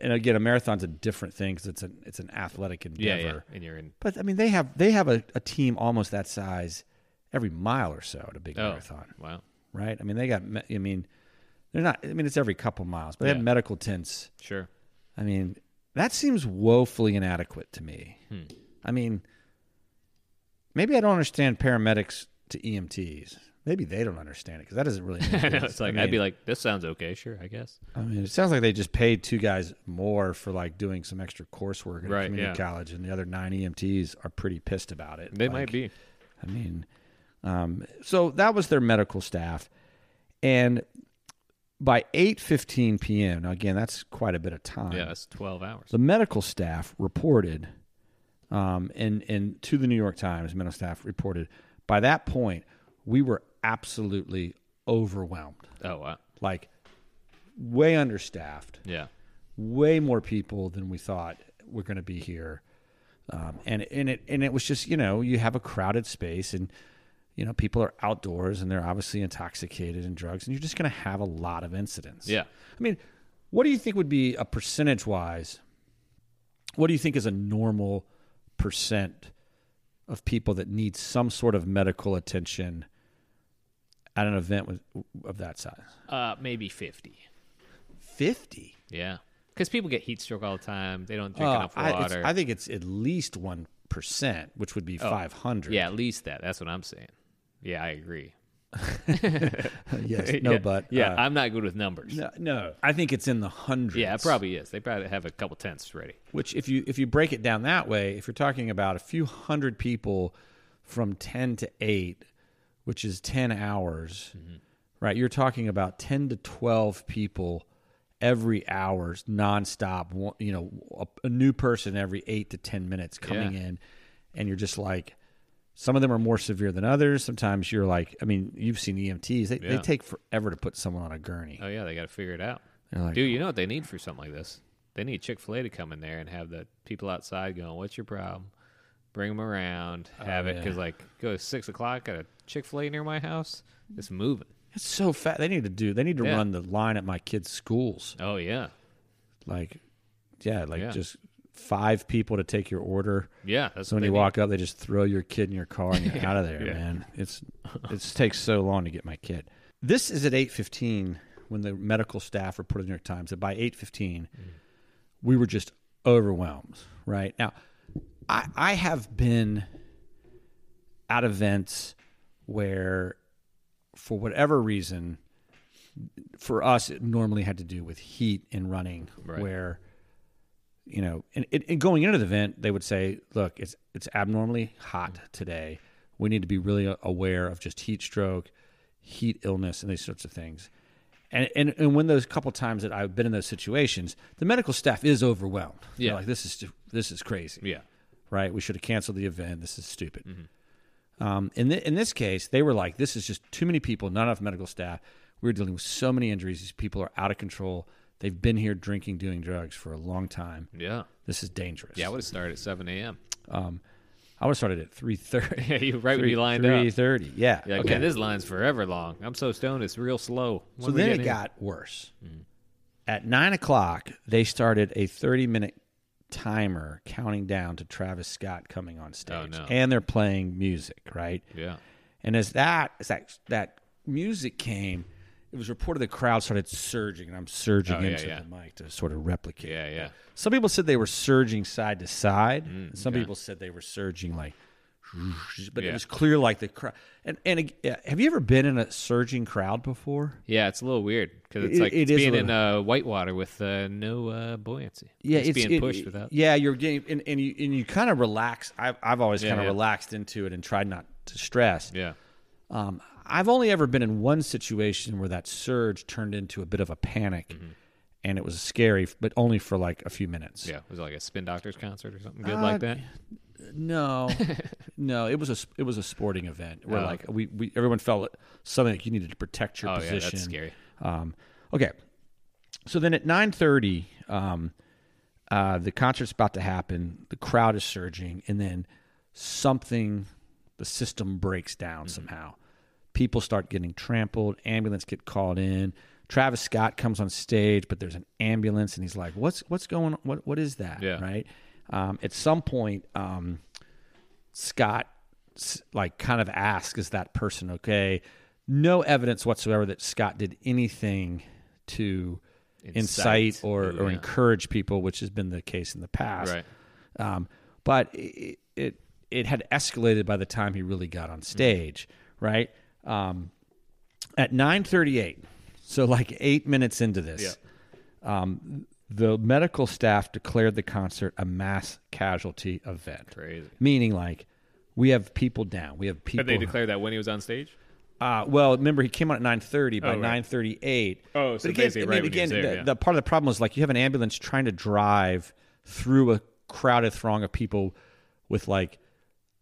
[SPEAKER 2] And again, a marathon's a different thing because it's an it's an athletic endeavor.
[SPEAKER 3] yeah, yeah, and you're in.
[SPEAKER 2] But I mean, they have they have a, a team almost that size every mile or so at a big
[SPEAKER 3] Oh,
[SPEAKER 2] marathon,
[SPEAKER 3] wow.
[SPEAKER 2] right? I mean, they got. me- I mean, they're not. I mean, it's every couple miles, but they
[SPEAKER 3] Yeah.
[SPEAKER 2] have medical tents.
[SPEAKER 3] Sure.
[SPEAKER 2] I mean, that seems woefully inadequate to me.
[SPEAKER 3] Hmm.
[SPEAKER 2] I mean, maybe I don't understand paramedics to EMTs. Maybe they don't understand it because that doesn't really. Make
[SPEAKER 3] I know,
[SPEAKER 2] sense.
[SPEAKER 3] it's like
[SPEAKER 2] I mean,
[SPEAKER 3] I'd be like, this sounds okay. Sure, I guess.
[SPEAKER 2] I mean, it sounds like they just paid two guys more for like doing some extra coursework at
[SPEAKER 3] Right,
[SPEAKER 2] a community
[SPEAKER 3] yeah.
[SPEAKER 2] E college, and the other nine EMTs are pretty pissed about it.
[SPEAKER 3] They
[SPEAKER 2] Like,
[SPEAKER 3] might be.
[SPEAKER 2] I mean, Um, so that was their medical staff, and by 8:15 p.m. Now again, that's quite a bit of time.
[SPEAKER 3] Yeah, that's 12 hours.
[SPEAKER 2] The medical staff reported, um, and and to the New York Times, medical staff reported. By that point, we were absolutely overwhelmed,
[SPEAKER 3] Oh, wow.
[SPEAKER 2] like way understaffed,
[SPEAKER 3] Yeah.
[SPEAKER 2] way more people than we thought were going to be here, um, and and it and it was just you know you have a crowded space and you know people are outdoors and they're obviously intoxicated and drugs and you're just going to have a lot of incidents.
[SPEAKER 3] Yeah.
[SPEAKER 2] I mean, what do you think would be a percentage wise? What do you think is a normal percent of people that need some sort of medical attention at an event with, of that size?
[SPEAKER 3] Uh, maybe 50.
[SPEAKER 2] 50.
[SPEAKER 3] Yeah. Because people get heat stroke all the time. They don't drink enough
[SPEAKER 2] Uh, Oh, I, it's-
[SPEAKER 3] water. Oh,
[SPEAKER 2] I think it's at least 1%, which would be 500.
[SPEAKER 3] yeah, at least that. That's what I'm saying. Yeah, I agree.
[SPEAKER 2] yes. No,
[SPEAKER 3] yeah.
[SPEAKER 2] but.
[SPEAKER 3] Yeah,
[SPEAKER 2] uh,
[SPEAKER 3] I'm not good with numbers.
[SPEAKER 2] no, no, I think it's in the hundreds.
[SPEAKER 3] Yeah, it probably is. They probably have a couple tents ready.
[SPEAKER 2] Which, if you if you break it down that way, if you're talking about a few hundred people from ten to eight, which is ten hours,
[SPEAKER 3] Mm-hmm.
[SPEAKER 2] right? You're talking about ten to twelve people every hours nonstop. one- You know, a, a new person every eight to ten minutes coming in, and you're just like, some of them are more severe than others. Sometimes you're like, I mean, you've seen EMTs; they, they
[SPEAKER 3] Yeah.
[SPEAKER 2] take forever to put someone on a gurney.
[SPEAKER 3] Oh, yeah, they got to figure it out.
[SPEAKER 2] They're like,
[SPEAKER 3] Dude, you know what they need for something like this? They need Chick fil A to come in there and have the people outside going, What's your problem? Bring them around, have it.
[SPEAKER 2] Oh, yeah.
[SPEAKER 3] Because, like, go to six o'clock at a Chick fil A near my house, it's moving.
[SPEAKER 2] It's so fat. They need to do. They need to
[SPEAKER 3] Yeah.
[SPEAKER 2] run the line at my kids' schools.
[SPEAKER 3] Oh, yeah.
[SPEAKER 2] Like, yeah, like
[SPEAKER 3] Yeah.
[SPEAKER 2] just five people to take your order.
[SPEAKER 3] Yeah. That's
[SPEAKER 2] So
[SPEAKER 3] what
[SPEAKER 2] when
[SPEAKER 3] they
[SPEAKER 2] you
[SPEAKER 3] need.
[SPEAKER 2] walk up, they just throw your kid in your car and you're out of there, man. It's it takes so long to get my kid. This is at eight fifteen when the medical staff reported in New York Times that by eight fifteen,
[SPEAKER 3] Mm.
[SPEAKER 2] we were just overwhelmed. Right now, I I have been at events where, for whatever reason, for us it normally had to do with heat and running,
[SPEAKER 3] Right.
[SPEAKER 2] where you know, and, and and going into the event, they would say, "Look, it's it's abnormally hot
[SPEAKER 3] Mm-hmm.
[SPEAKER 2] today. We need to be really aware of just heat stroke, heat illness, and these sorts of things." And and and when those couple times that I've been in those situations, the medical staff is overwhelmed. They're
[SPEAKER 3] Yeah.
[SPEAKER 2] like this is this is crazy
[SPEAKER 3] Yeah.
[SPEAKER 2] right? We should have canceled the event. This is stupid.
[SPEAKER 3] Mm-hmm.
[SPEAKER 2] Um, in, thi- in this case, they were like, this is just too many people, not enough medical staff. We are dealing with so many injuries. These people are out of control. They've been here drinking, doing drugs for a long time.
[SPEAKER 3] Yeah.
[SPEAKER 2] This is dangerous.
[SPEAKER 3] Yeah, I would have started at 7 a.m.
[SPEAKER 2] I would have started at 3.30.
[SPEAKER 3] Yeah, you right when you lined up.
[SPEAKER 2] 3.30, yeah.
[SPEAKER 3] Yeah, okay. this line's forever long. I'm so stoned, it's real slow. When
[SPEAKER 2] So
[SPEAKER 3] we
[SPEAKER 2] then
[SPEAKER 3] get
[SPEAKER 2] it
[SPEAKER 3] in- Mm-hmm.
[SPEAKER 2] got worse. At nine o'clock, they started a 30 minute timer counting down to Travis Scott coming on stage.
[SPEAKER 3] Oh, no.
[SPEAKER 2] And they're playing music, right?
[SPEAKER 3] Yeah.
[SPEAKER 2] And as that as that that music came, it was reported the crowd started surging, and I'm surging
[SPEAKER 3] Oh, yeah,
[SPEAKER 2] into
[SPEAKER 3] yeah.
[SPEAKER 2] the mic to sort of replicate.
[SPEAKER 3] Yeah, yeah.
[SPEAKER 2] Some people said they were surging side to side. and Some people said they were surging like, but it
[SPEAKER 3] Mm, Yeah.
[SPEAKER 2] was clear like the crowd. And and ag- yeah, have you ever been in a surging crowd before?
[SPEAKER 3] Yeah, it's a little weird because it's
[SPEAKER 2] It-
[SPEAKER 3] like
[SPEAKER 2] it
[SPEAKER 3] it's
[SPEAKER 2] is a
[SPEAKER 3] being
[SPEAKER 2] little-
[SPEAKER 3] in uh, whitewater with uh, no uh, buoyancy.
[SPEAKER 2] Yeah,
[SPEAKER 3] it's,
[SPEAKER 2] it's,
[SPEAKER 3] being
[SPEAKER 2] it-
[SPEAKER 3] pushed
[SPEAKER 2] it-
[SPEAKER 3] without.
[SPEAKER 2] Yeah, you're getting and, and you and you kind of relax. I've I've always
[SPEAKER 3] Yeah,
[SPEAKER 2] kind of
[SPEAKER 3] yeah.
[SPEAKER 2] relaxed into it and tried not to stress.
[SPEAKER 3] Yeah,
[SPEAKER 2] Um, I've only ever been in one situation where that surge turned into a bit of a panic,
[SPEAKER 3] Mm-hmm.
[SPEAKER 2] and it was scary, but only for like a few minutes.
[SPEAKER 3] yeah. Was it like a Spin Doctors concert or something good
[SPEAKER 2] Uh,
[SPEAKER 3] like that?
[SPEAKER 2] No, no, it was a it was a sporting event where
[SPEAKER 3] Oh,
[SPEAKER 2] like we, we everyone felt something like you needed to protect your
[SPEAKER 3] Oh yeah,
[SPEAKER 2] position.
[SPEAKER 3] that's scary.
[SPEAKER 2] Um, okay, so then at nine thirty, um, uh, the concert's about to happen. The crowd is surging, and then something, the system breaks down somehow. People start getting trampled. Ambulance get called in. Travis Scott comes on stage, but there's an ambulance, and he's like, "What's what's going? On? What what is that?
[SPEAKER 3] Yeah.
[SPEAKER 2] Right? Um, at some point, um, Scott s- like kind of ask is that person okay no evidence whatsoever that Scott did anything to incite,
[SPEAKER 3] Incite.
[SPEAKER 2] or,
[SPEAKER 3] Ooh,
[SPEAKER 2] or
[SPEAKER 3] yeah.
[SPEAKER 2] encourage people which has been the case in the past
[SPEAKER 3] Right.
[SPEAKER 2] um, but it, it it had escalated by the time he really got
[SPEAKER 3] Mm.
[SPEAKER 2] on stage right um, at 938 so like eight minutes into this um, the medical staff declared the concert a mass casualty event
[SPEAKER 3] Crazy.
[SPEAKER 2] meaning like we have people down. We have people.
[SPEAKER 3] Did they declare that when he was on stage?
[SPEAKER 2] Uh, well, remember he came out at nine thirty. By
[SPEAKER 3] Oh, right.
[SPEAKER 2] nine thirty-eight.
[SPEAKER 3] Oh, so
[SPEAKER 2] but again,
[SPEAKER 3] basically
[SPEAKER 2] I
[SPEAKER 3] right
[SPEAKER 2] mean,
[SPEAKER 3] when he
[SPEAKER 2] again,
[SPEAKER 3] was there,
[SPEAKER 2] the,
[SPEAKER 3] yeah.
[SPEAKER 2] the part of the problem was like you have an ambulance trying to drive through a crowded throng of people with like,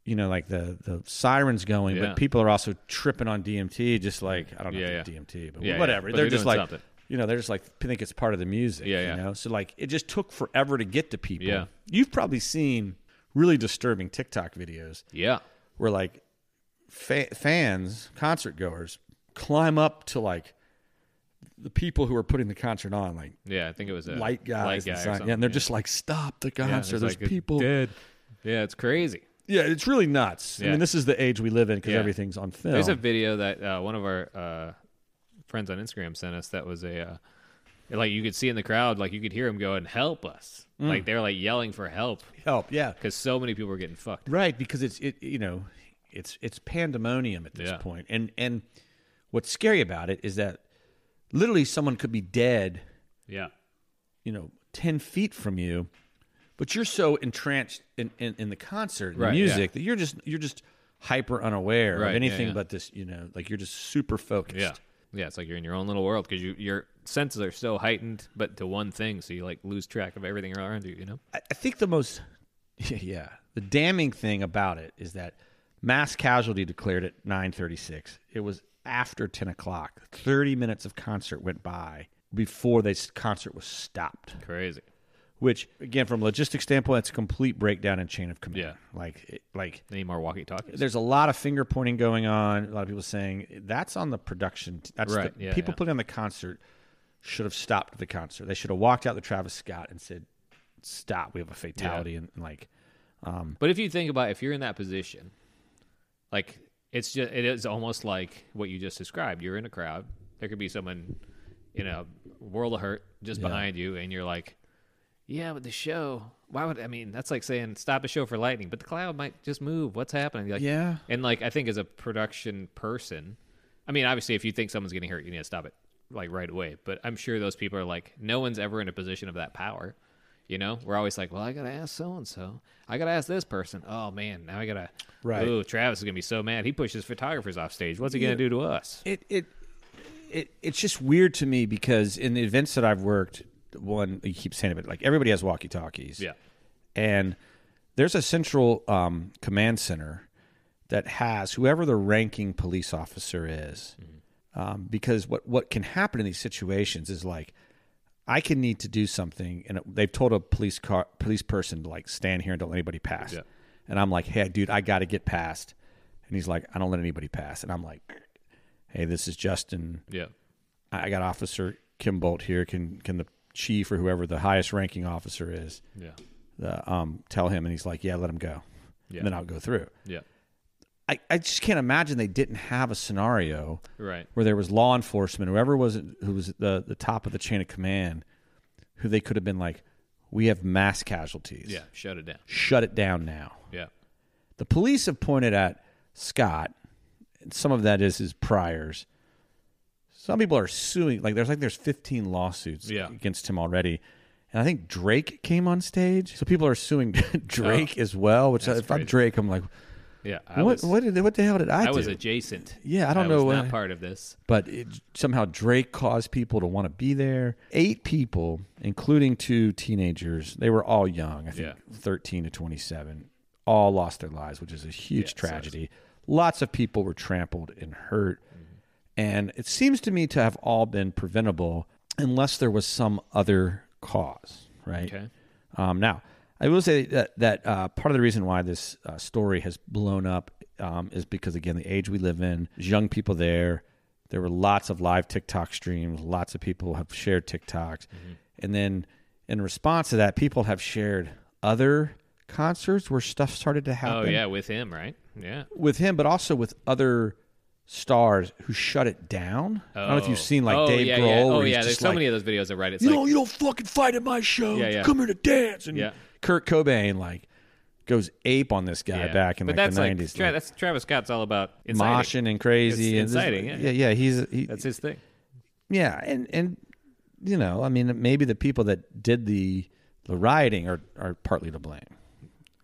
[SPEAKER 2] you know, like the the sirens going,
[SPEAKER 3] Yeah.
[SPEAKER 2] but people are also tripping on DMT. Just like I don't know
[SPEAKER 3] Yeah,
[SPEAKER 2] if
[SPEAKER 3] yeah.
[SPEAKER 2] they're DMT, but
[SPEAKER 3] Yeah, yeah.
[SPEAKER 2] whatever.
[SPEAKER 3] But
[SPEAKER 2] They're,
[SPEAKER 3] they're
[SPEAKER 2] just
[SPEAKER 3] doing
[SPEAKER 2] like.
[SPEAKER 3] something.
[SPEAKER 2] You know, they're just like think it's part of the music.
[SPEAKER 3] Yeah, yeah.
[SPEAKER 2] You know, so like it just took forever to get to people.
[SPEAKER 3] Yeah.
[SPEAKER 2] You've probably seen really disturbing TikTok videos
[SPEAKER 3] Yeah.
[SPEAKER 2] where like fa- fans, concert goers, climb up to like the people who are putting the concert on, like
[SPEAKER 3] Yeah, I think it was a
[SPEAKER 2] light guys,
[SPEAKER 3] guy or
[SPEAKER 2] and, sign-
[SPEAKER 3] something.
[SPEAKER 2] yeah, and they're just like, "Stop the
[SPEAKER 3] Yeah,
[SPEAKER 2] concert!" there's
[SPEAKER 3] like, it's
[SPEAKER 2] people.
[SPEAKER 3] dead. Yeah, it's crazy.
[SPEAKER 2] Yeah, it's really nuts. I
[SPEAKER 3] Yeah.
[SPEAKER 2] mean, this is the age we live in because
[SPEAKER 3] Yeah.
[SPEAKER 2] everything's on film.
[SPEAKER 3] There's a video that uh, one of our uh, friends on Instagram sent us that was a uh, like you could see in the crowd, like you could hear him going, "Help us!"
[SPEAKER 2] Mm.
[SPEAKER 3] Like they're like yelling for help
[SPEAKER 2] help. Yeah,
[SPEAKER 3] because so many people were getting fucked.
[SPEAKER 2] right. Because it's it you know, it's it's pandemonium at this
[SPEAKER 3] Yeah.
[SPEAKER 2] point. and and what's scary about it is that literally someone could be dead
[SPEAKER 3] Yeah,
[SPEAKER 2] you know, 10 feet from you, but you're so entranced in, in, in the concert, and the
[SPEAKER 3] Right,
[SPEAKER 2] music, that you're just, you're just hyper unaware
[SPEAKER 3] Right,
[SPEAKER 2] of
[SPEAKER 3] yeah,
[SPEAKER 2] anything
[SPEAKER 3] yeah.
[SPEAKER 2] but this, you know, like you're just super focused.
[SPEAKER 3] yeah, yeah. It's like you're in your own little world because you, your senses are so heightened, but to one thing, so you like lose track of everything around you. You know?
[SPEAKER 2] I, I think the most, yeah, the damning thing about it is that mass casualty declared at 936. It was after 10 o'clock. 30 minutes of concert went by before this concert was stopped.
[SPEAKER 3] Crazy.
[SPEAKER 2] Which, again, from a logistics standpoint, it's a complete breakdown in chain of command.
[SPEAKER 3] Yeah.
[SPEAKER 2] Like, it, like
[SPEAKER 3] Any more walkie-talkies?
[SPEAKER 2] there's a lot of finger pointing going on. A lot of people saying that's on the production. t- That's
[SPEAKER 3] Right,
[SPEAKER 2] the,
[SPEAKER 3] yeah,
[SPEAKER 2] people
[SPEAKER 3] yeah.
[SPEAKER 2] putting on the concert should have stopped the concert. They should have walked out to Travis Scott and said, "Stop! We have a fatality." And, and like,
[SPEAKER 3] But if you think about, if you're in that position, like it's just it is almost like what you just described. You're in a crowd. There could be someone in a world of hurt just behind you, and you're like, "Yeah, but the show. Why would I mean? That's like saying stop a show for lightning, but the cloud might just move. What's happening? Like,
[SPEAKER 2] Yeah.
[SPEAKER 3] And like I think as a production person, I mean, obviously, if you think someone's getting hurt, you need to stop it like right away. But I'm sure those people are like, no one's ever in a position of that power. You know, we're always like, well, I gotta ask so and so. I gotta ask this person. Oh man, now I gotta.
[SPEAKER 2] Right.
[SPEAKER 3] Ooh, Travis is gonna be so mad. He pushes photographers off stage. What's he gonna do to us?
[SPEAKER 2] it it it it's just weird to me because in the events that I've worked, one you keep saying it, but like everybody has walkie talkies.
[SPEAKER 3] Yeah.
[SPEAKER 2] and there's a central um, command center that has whoever the ranking police officer is um, because what, what can happen in these situations is like i can need to do something and it- they've told a police car police person to like stand here and don't let anybody pass
[SPEAKER 3] Yeah.
[SPEAKER 2] and i'm like hey dude i gotta get past and he's like i don't let anybody pass and i'm like hey this is justin
[SPEAKER 3] Yeah.
[SPEAKER 2] I I got Officer Kim Bolt here. Can can the chief or whoever the highest ranking officer is,
[SPEAKER 3] Yeah.
[SPEAKER 2] the, um, tell him? And he's like, yeah, let him go.
[SPEAKER 3] Yeah.
[SPEAKER 2] And then I'll go through.
[SPEAKER 3] Yeah.
[SPEAKER 2] I, I just can't imagine they didn't have a scenario
[SPEAKER 3] Right.
[SPEAKER 2] where there was law enforcement, whoever was who was at the the top of the chain of command, who they could have been like, we have mass casualties.
[SPEAKER 3] Yeah. Shut it down.
[SPEAKER 2] shut it down now.
[SPEAKER 3] Yeah.
[SPEAKER 2] The police have pointed at Scott. and Some of that is his priors. Some people are suing. Like there's like there's 15 lawsuits
[SPEAKER 3] Yeah.
[SPEAKER 2] against him already, and I think Drake came on stage, so people are suing Drake as well. Which I, if I'm
[SPEAKER 3] Oh. crazy.
[SPEAKER 2] Drake, I'm like,
[SPEAKER 3] Yeah. I
[SPEAKER 2] what
[SPEAKER 3] was.
[SPEAKER 2] what did, what the hell did I,
[SPEAKER 3] I
[SPEAKER 2] do?
[SPEAKER 3] was adjacent.
[SPEAKER 2] Yeah, I don't know
[SPEAKER 3] was
[SPEAKER 2] what-
[SPEAKER 3] Not part of this.
[SPEAKER 2] but it, somehow Drake caused people to want to be there. Eight people, including two teenagers, they were all young, I think
[SPEAKER 3] Yeah.
[SPEAKER 2] 13 to 27, all lost their lives, which is a huge
[SPEAKER 3] Yeah, it
[SPEAKER 2] tragedy. Lots of people were trampled and hurt.
[SPEAKER 3] Mm-hmm.
[SPEAKER 2] And it seems to me to have all been preventable unless there was some other cause, right?
[SPEAKER 3] Okay.
[SPEAKER 2] Um, now, I will say that that uh, part of the reason why this uh, story has blown up um, is because again, the age we live in, there's young people there. There were lots of live TikTok streams. Lots of people have shared TikToks,
[SPEAKER 3] Mm-hmm.
[SPEAKER 2] and then in response to that, people have shared other concerts where stuff started to
[SPEAKER 3] Oh
[SPEAKER 2] happen
[SPEAKER 3] yeah, with him, right? Yeah.
[SPEAKER 2] with him, but also with other stars who shut it down. I don't know if you've
[SPEAKER 3] Oh.
[SPEAKER 2] seen like
[SPEAKER 3] oh,
[SPEAKER 2] Dave
[SPEAKER 3] yeah,
[SPEAKER 2] Grohl.
[SPEAKER 3] Yeah.
[SPEAKER 2] where
[SPEAKER 3] Oh
[SPEAKER 2] he's
[SPEAKER 3] yeah,
[SPEAKER 2] just
[SPEAKER 3] there's so
[SPEAKER 2] like,
[SPEAKER 3] many of those videos that right. It's
[SPEAKER 2] you
[SPEAKER 3] like
[SPEAKER 2] don't you don't fucking fight at my show.
[SPEAKER 3] Yeah, yeah.
[SPEAKER 2] You come here to dance. And
[SPEAKER 3] Yeah.
[SPEAKER 2] Kurt Cobain like goes ape on this guy
[SPEAKER 3] Yeah.
[SPEAKER 2] back in
[SPEAKER 3] but
[SPEAKER 2] like
[SPEAKER 3] that's
[SPEAKER 2] the
[SPEAKER 3] like,
[SPEAKER 2] nineties,
[SPEAKER 3] Tra-
[SPEAKER 2] like,
[SPEAKER 3] that's Travis Scott's all about inciting.
[SPEAKER 2] moshing and crazy. and
[SPEAKER 3] It's
[SPEAKER 2] this-
[SPEAKER 3] inciting, yeah.
[SPEAKER 2] yeah, yeah. He's he,
[SPEAKER 3] That's his thing.
[SPEAKER 2] yeah, and and you know, I mean, maybe the people that did the the rioting are are partly to blame.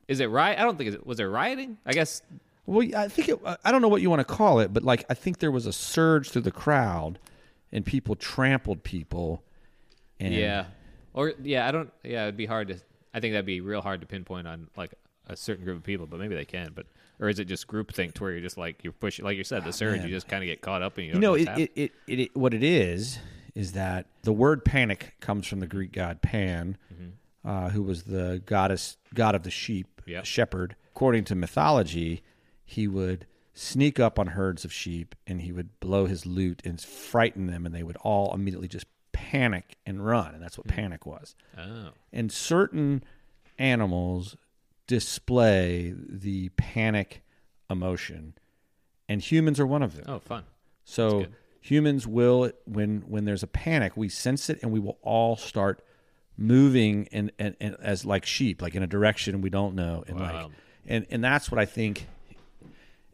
[SPEAKER 3] Is it riot? I don't think it was there rioting. I guess
[SPEAKER 2] Well, I think it, I don't know what you want to call it, but like I think there was a surge through the crowd, and people trampled people. And
[SPEAKER 3] yeah, or yeah, I don't. Yeah, it'd be hard to. I think that'd be real hard to pinpoint on like a certain group of people, but maybe they can. But or is it just groupthink to where you're just like you're pushing, like you said, the surge. You just kind of get caught up and you
[SPEAKER 2] Ah,
[SPEAKER 3] don't
[SPEAKER 2] you know,
[SPEAKER 3] what's
[SPEAKER 2] it,
[SPEAKER 3] happening.
[SPEAKER 2] it, it, it, it- what it is is that the word panic comes from the Greek god Pan,
[SPEAKER 3] Mm-hmm.
[SPEAKER 2] uh, who was the goddess god of the sheep,
[SPEAKER 3] Yeah.
[SPEAKER 2] shepherd. According to mythology, he would sneak up on herds of sheep and he would blow his lute and frighten them, and they would all immediately just panic and run, and that's what
[SPEAKER 3] Hmm.
[SPEAKER 2] panic was.
[SPEAKER 3] oh,
[SPEAKER 2] And certain animals display the panic emotion, and humans are one of them.
[SPEAKER 3] oh, fun.
[SPEAKER 2] So humans will when when there's a panic, we sense it and we will all start moving and and, and as like sheep, like in a direction we don't know. And like
[SPEAKER 3] Wow.
[SPEAKER 2] and, and that's what I think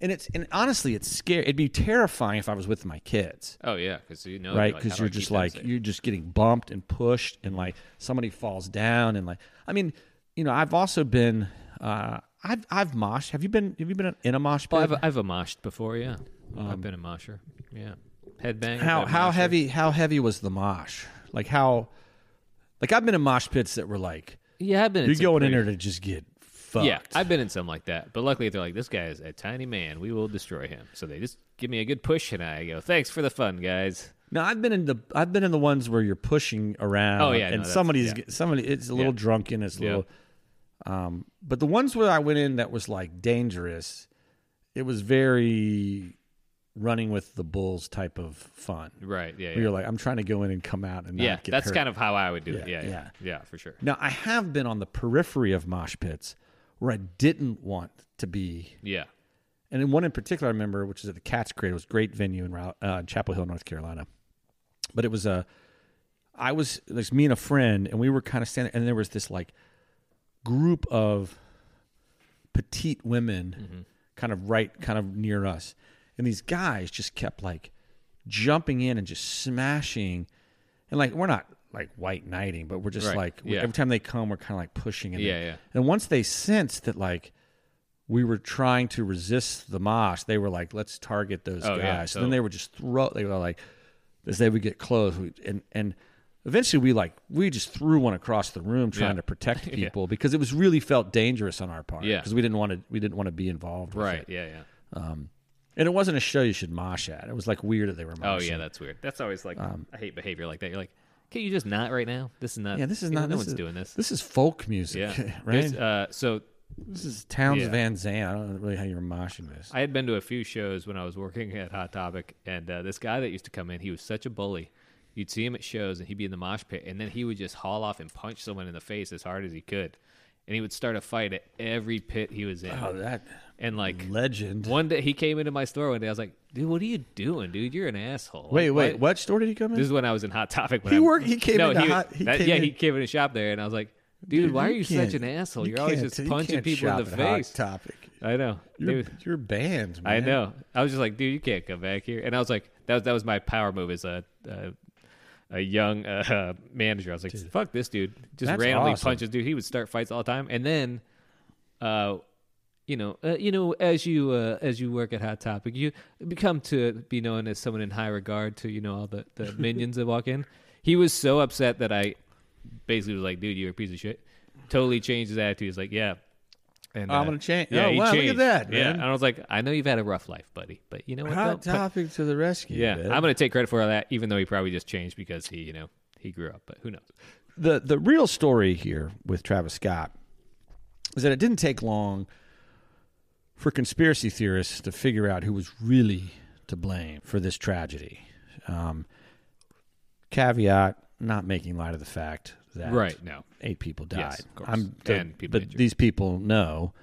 [SPEAKER 2] and it's and honestly it's scary it'd be terrifying if I was with my kids.
[SPEAKER 3] Oh yeah, because you know,
[SPEAKER 2] Right,
[SPEAKER 3] like,
[SPEAKER 2] because
[SPEAKER 3] how do I
[SPEAKER 2] you're
[SPEAKER 3] keep
[SPEAKER 2] just
[SPEAKER 3] them
[SPEAKER 2] like
[SPEAKER 3] safe?
[SPEAKER 2] you're just getting bumped and pushed, and like somebody falls down, and like I mean, you know, I've also been, uh, I've I've moshed. Have you been? Have you been in a mosh pit?
[SPEAKER 3] Oh, I've I've a moshed before, yeah. I've been a mosher, yeah. Headbang.
[SPEAKER 2] How how heavy how heavy was the mosh? Like how like I've been in mosh pits that were like
[SPEAKER 3] Yeah, I've been.
[SPEAKER 2] you're
[SPEAKER 3] in some
[SPEAKER 2] going in
[SPEAKER 3] pretty-
[SPEAKER 2] there to just get fucked.
[SPEAKER 3] Yeah, I've been in some like that, but luckily they're like, this guy is a tiny man. We will destroy him. So they just give me a good push, and I go, thanks for the fun, guys.
[SPEAKER 2] now I've been in the I've been in the ones where you're pushing around
[SPEAKER 3] Oh, yeah, no,
[SPEAKER 2] and
[SPEAKER 3] that's-
[SPEAKER 2] somebody's
[SPEAKER 3] yeah.
[SPEAKER 2] get- somebody it's a little
[SPEAKER 3] Yeah.
[SPEAKER 2] drunken, it's a
[SPEAKER 3] Yeah.
[SPEAKER 2] little um but the ones where I went in that was like dangerous, it was very running with the bulls type of fun.
[SPEAKER 3] Right? Yeah.
[SPEAKER 2] Where
[SPEAKER 3] Yeah.
[SPEAKER 2] you're like, I'm trying to go in and come out and
[SPEAKER 3] yeah
[SPEAKER 2] not get
[SPEAKER 3] that's
[SPEAKER 2] hurt.
[SPEAKER 3] kind of how I would do it.
[SPEAKER 2] Yeah,
[SPEAKER 3] Yeah. Yeah.
[SPEAKER 2] yeah.
[SPEAKER 3] Yeah. for sure.
[SPEAKER 2] Now, I have been on the periphery of mosh pits where I didn't want to be.
[SPEAKER 3] Yeah.
[SPEAKER 2] And in one in particular, I remember, which is at the Cats Crate. It was a great venue in Rou- uh, Chapel Hill, North Carolina. But it was a, I was, it was me and a friend, and we were kind of standing, and there was this like group of petite women
[SPEAKER 3] Mm-hmm.
[SPEAKER 2] kind of right, kind of near us. And these guys just kept like jumping in and just smashing. And like, we're not like white knighting, but we're just
[SPEAKER 3] Right.
[SPEAKER 2] like,
[SPEAKER 3] Yeah.
[SPEAKER 2] every time they come, we're kind of like pushing. And
[SPEAKER 3] Yeah,
[SPEAKER 2] they-
[SPEAKER 3] yeah.
[SPEAKER 2] And once they sensed that like we were trying to resist the mosh, they were like, let's target those
[SPEAKER 3] Oh,
[SPEAKER 2] guys.
[SPEAKER 3] yeah,
[SPEAKER 2] And then
[SPEAKER 3] so-
[SPEAKER 2] they would just throw, they were like, as they would get close. We, and, and eventually we like, we just threw one across the room trying
[SPEAKER 3] Yeah.
[SPEAKER 2] to protect people because it was really felt dangerous on our part.
[SPEAKER 3] Yeah.
[SPEAKER 2] Because we didn't want to, we didn't want to be involved. with
[SPEAKER 3] Right.
[SPEAKER 2] it.
[SPEAKER 3] Yeah. Yeah.
[SPEAKER 2] And it wasn't a show you should mosh at. It was like weird that they were
[SPEAKER 3] Oh
[SPEAKER 2] moshing.
[SPEAKER 3] yeah, that's weird. That's always like I hate behavior like that. You're like, can you just not right now? This is not.
[SPEAKER 2] Yeah, this is
[SPEAKER 3] you know,
[SPEAKER 2] not.
[SPEAKER 3] No
[SPEAKER 2] this
[SPEAKER 3] one's
[SPEAKER 2] is-
[SPEAKER 3] doing this.
[SPEAKER 2] This is folk music,
[SPEAKER 3] yeah.
[SPEAKER 2] right?
[SPEAKER 3] There's, Uh, so
[SPEAKER 2] this is Towns
[SPEAKER 3] yeah.
[SPEAKER 2] Van Zandt. I don't know really how you're moshing this.
[SPEAKER 3] I had been to a few shows when I was working at Hot Topic, and uh, this guy that used to come in, he was such a bully. You'd see him at shows, and he'd be in the mosh pit, and then he would just haul off and punch someone in the face as hard as he could, and he would start a fight at every pit he was in.
[SPEAKER 2] oh, that
[SPEAKER 3] and like
[SPEAKER 2] legend.
[SPEAKER 3] one day, he came into my store one day. I was like, "Dude, what are you doing, dude? You're an asshole."
[SPEAKER 2] wait,
[SPEAKER 3] Like,
[SPEAKER 2] wait.
[SPEAKER 3] why-
[SPEAKER 2] What store did he come in?
[SPEAKER 3] This is when I was in Hot Topic. When
[SPEAKER 2] He
[SPEAKER 3] I-
[SPEAKER 2] worked- he came
[SPEAKER 3] no,
[SPEAKER 2] into
[SPEAKER 3] he was-
[SPEAKER 2] Hot- he
[SPEAKER 3] that-
[SPEAKER 2] came
[SPEAKER 3] yeah,
[SPEAKER 2] in-
[SPEAKER 3] he came in a shop there, and I was like, "Dude, why are you such
[SPEAKER 2] can't-
[SPEAKER 3] an asshole?
[SPEAKER 2] you
[SPEAKER 3] You're always
[SPEAKER 2] can't-
[SPEAKER 3] just
[SPEAKER 2] you
[SPEAKER 3] punching
[SPEAKER 2] can't
[SPEAKER 3] people in
[SPEAKER 2] shop
[SPEAKER 3] the
[SPEAKER 2] at Hot
[SPEAKER 3] face."
[SPEAKER 2] topic.
[SPEAKER 3] I know.
[SPEAKER 2] You're,
[SPEAKER 3] Dude.
[SPEAKER 2] you're banned. Man.
[SPEAKER 3] I know. I was just like, dude, you can't come back here. And I was like, that was that was my power move as a a, a young uh, manager. I was like, fuck this dude. Just
[SPEAKER 2] That's
[SPEAKER 3] randomly
[SPEAKER 2] awesome.
[SPEAKER 3] punches dude. He would start fights all the time, and then, uh. You know, uh, you know, as you uh, as you work at Hot Topic, you become to be known as someone in high regard to you know all the, the minions that walk in. He was so upset that I basically was like, "Dude, you're a piece of shit." Totally changed his attitude. He's like, "Yeah, and
[SPEAKER 2] I'm gonna change-
[SPEAKER 3] Yeah,
[SPEAKER 2] oh,
[SPEAKER 3] he
[SPEAKER 2] wow, look at
[SPEAKER 3] changed.
[SPEAKER 2] that,
[SPEAKER 3] Yeah,
[SPEAKER 2] man.
[SPEAKER 3] and I was like, I know you've had a rough life, buddy, but you know what?
[SPEAKER 2] Hot
[SPEAKER 3] though? Put-
[SPEAKER 2] topic to the rescue.
[SPEAKER 3] yeah,
[SPEAKER 2] man.
[SPEAKER 3] I'm gonna take credit for that, even though he probably just changed because he, you know, he grew up. But who knows?
[SPEAKER 2] the the real story here with Travis Scott is that it didn't take long for conspiracy theorists to figure out who was really to blame for this tragedy. Um, caveat: not making light of the fact that
[SPEAKER 3] Right? No.
[SPEAKER 2] eight people died.
[SPEAKER 3] Yes, of course.
[SPEAKER 2] the-
[SPEAKER 3] And people
[SPEAKER 2] but
[SPEAKER 3] injured.
[SPEAKER 2] these people know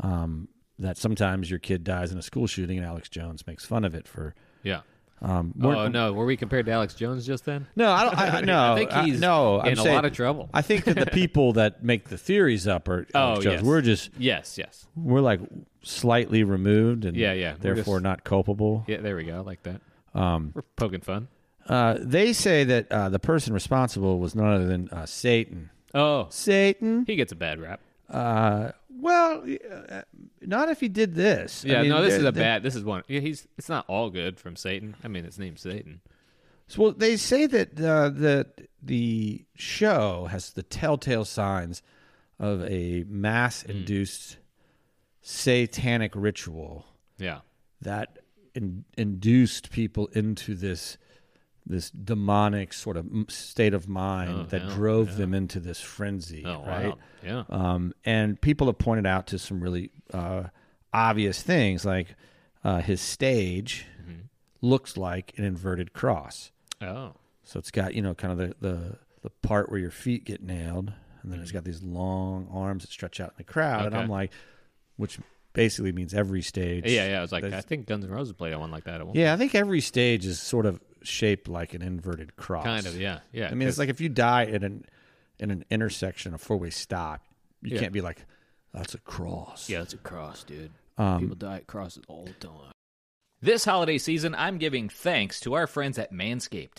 [SPEAKER 2] um, that sometimes your kid dies in a school shooting, and Alex Jones makes fun of it for.
[SPEAKER 3] Yeah.
[SPEAKER 2] Um, more-
[SPEAKER 3] Oh no, were we compared to Alex Jones just then?
[SPEAKER 2] no, I don't. I, no,
[SPEAKER 3] I think he's
[SPEAKER 2] no.
[SPEAKER 3] in
[SPEAKER 2] I'm
[SPEAKER 3] a
[SPEAKER 2] saying-
[SPEAKER 3] lot of trouble.
[SPEAKER 2] I think that the people that make the theories up are Alex
[SPEAKER 3] Oh,
[SPEAKER 2] Jones.
[SPEAKER 3] yes.
[SPEAKER 2] We're just
[SPEAKER 3] Yes, yes.
[SPEAKER 2] we're like slightly removed and
[SPEAKER 3] Yeah, yeah. We're
[SPEAKER 2] therefore
[SPEAKER 3] just-
[SPEAKER 2] not culpable.
[SPEAKER 3] Yeah, there we go. I like that. Um, We're poking fun.
[SPEAKER 2] Uh, they say that uh, the person responsible was none other than uh, Satan.
[SPEAKER 3] Oh,
[SPEAKER 2] Satan.
[SPEAKER 3] he gets a bad rap.
[SPEAKER 2] Uh, Well, uh, not if he did this. I
[SPEAKER 4] Yeah,
[SPEAKER 2] mean,
[SPEAKER 4] no, this
[SPEAKER 2] they-
[SPEAKER 4] is a
[SPEAKER 2] they-
[SPEAKER 4] bad. This is one. Yeah, he's. It's not all good from Satan. I mean, it's named Satan.
[SPEAKER 2] So, well, they say that uh, that the show has the telltale signs of a mass-induced satanic ritual
[SPEAKER 4] Yeah,
[SPEAKER 2] that in, induced people into this this demonic sort of m- state of mind that
[SPEAKER 4] hell,
[SPEAKER 2] drove them into this frenzy,
[SPEAKER 4] Oh, wow.
[SPEAKER 2] right?
[SPEAKER 4] Yeah.
[SPEAKER 2] Um, and people have pointed out to some really uh, obvious things, like uh, his stage
[SPEAKER 4] Mm-hmm.
[SPEAKER 2] looks like an inverted cross.
[SPEAKER 4] Oh,
[SPEAKER 2] So it's got you know kind of the the, the part where your feet get nailed, and then it's got these long arms that stretch out in the crowd. And
[SPEAKER 4] Mm-hmm. Okay.
[SPEAKER 2] I'm like, which basically means every stage.
[SPEAKER 4] yeah, yeah. I was like, I
[SPEAKER 2] there's-
[SPEAKER 4] think Guns N' Roses played on one like that at one.
[SPEAKER 2] yeah. I think every stage is sort of shaped like an inverted cross.
[SPEAKER 4] kind of. Yeah, yeah.
[SPEAKER 2] I mean, it's like if you die at an in an intersection, a four way stop, you
[SPEAKER 4] Yeah.
[SPEAKER 2] can't be like, that's a cross.
[SPEAKER 4] yeah, it's a cross, dude.
[SPEAKER 2] Um,
[SPEAKER 4] die at crosses all the time.
[SPEAKER 3] This holiday season, I'm giving thanks to our friends at Manscaped.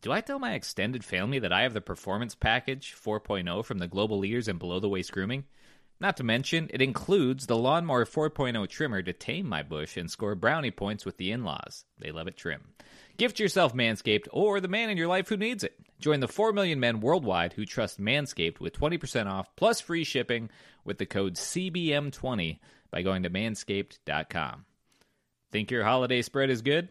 [SPEAKER 3] Do I tell my extended family that I have the Performance Package 4.0 from the global leaders in below the waist grooming? Not to mention, it includes the Lawnmower 4.0 trimmer to tame my bush and score brownie points with the in laws. They love it trim. Gift yourself Manscaped or the man in your life who needs it. Join the 4 million men worldwide who trust Manscaped with 20% off plus free shipping with the code CBM20 by going to manscaped.com. Think your holiday spread is good?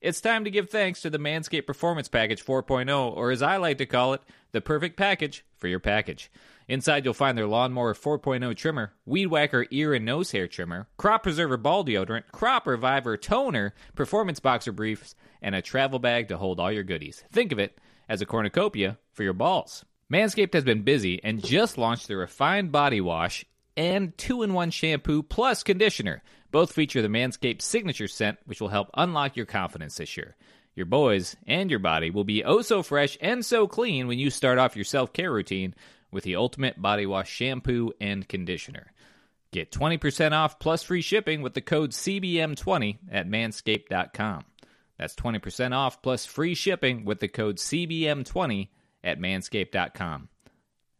[SPEAKER 3] It's time to give thanks to the Manscaped Performance Package 4.0, or as I like to call it, the perfect package for your package. Inside, you'll find their Lawnmower 4.0 trimmer, Weed Whacker ear and nose hair trimmer, Crop Preserver ball deodorant, Crop Reviver toner, Performance Boxer briefs, and a travel bag to hold all your goodies. Think of it as a cornucopia for your balls. Manscaped has been busy and just launched their refined body wash and two in one shampoo plus conditioner. Both feature the Manscaped signature scent, which will help unlock your confidence this year. Your boys and your body will be oh so fresh and so clean when you start off your self care routine with the ultimate body wash shampoo and conditioner. Get 20% off plus free shipping with the code CBM20 at manscaped.com. That's 20% off plus free shipping with the code CBM20 at manscaped.com.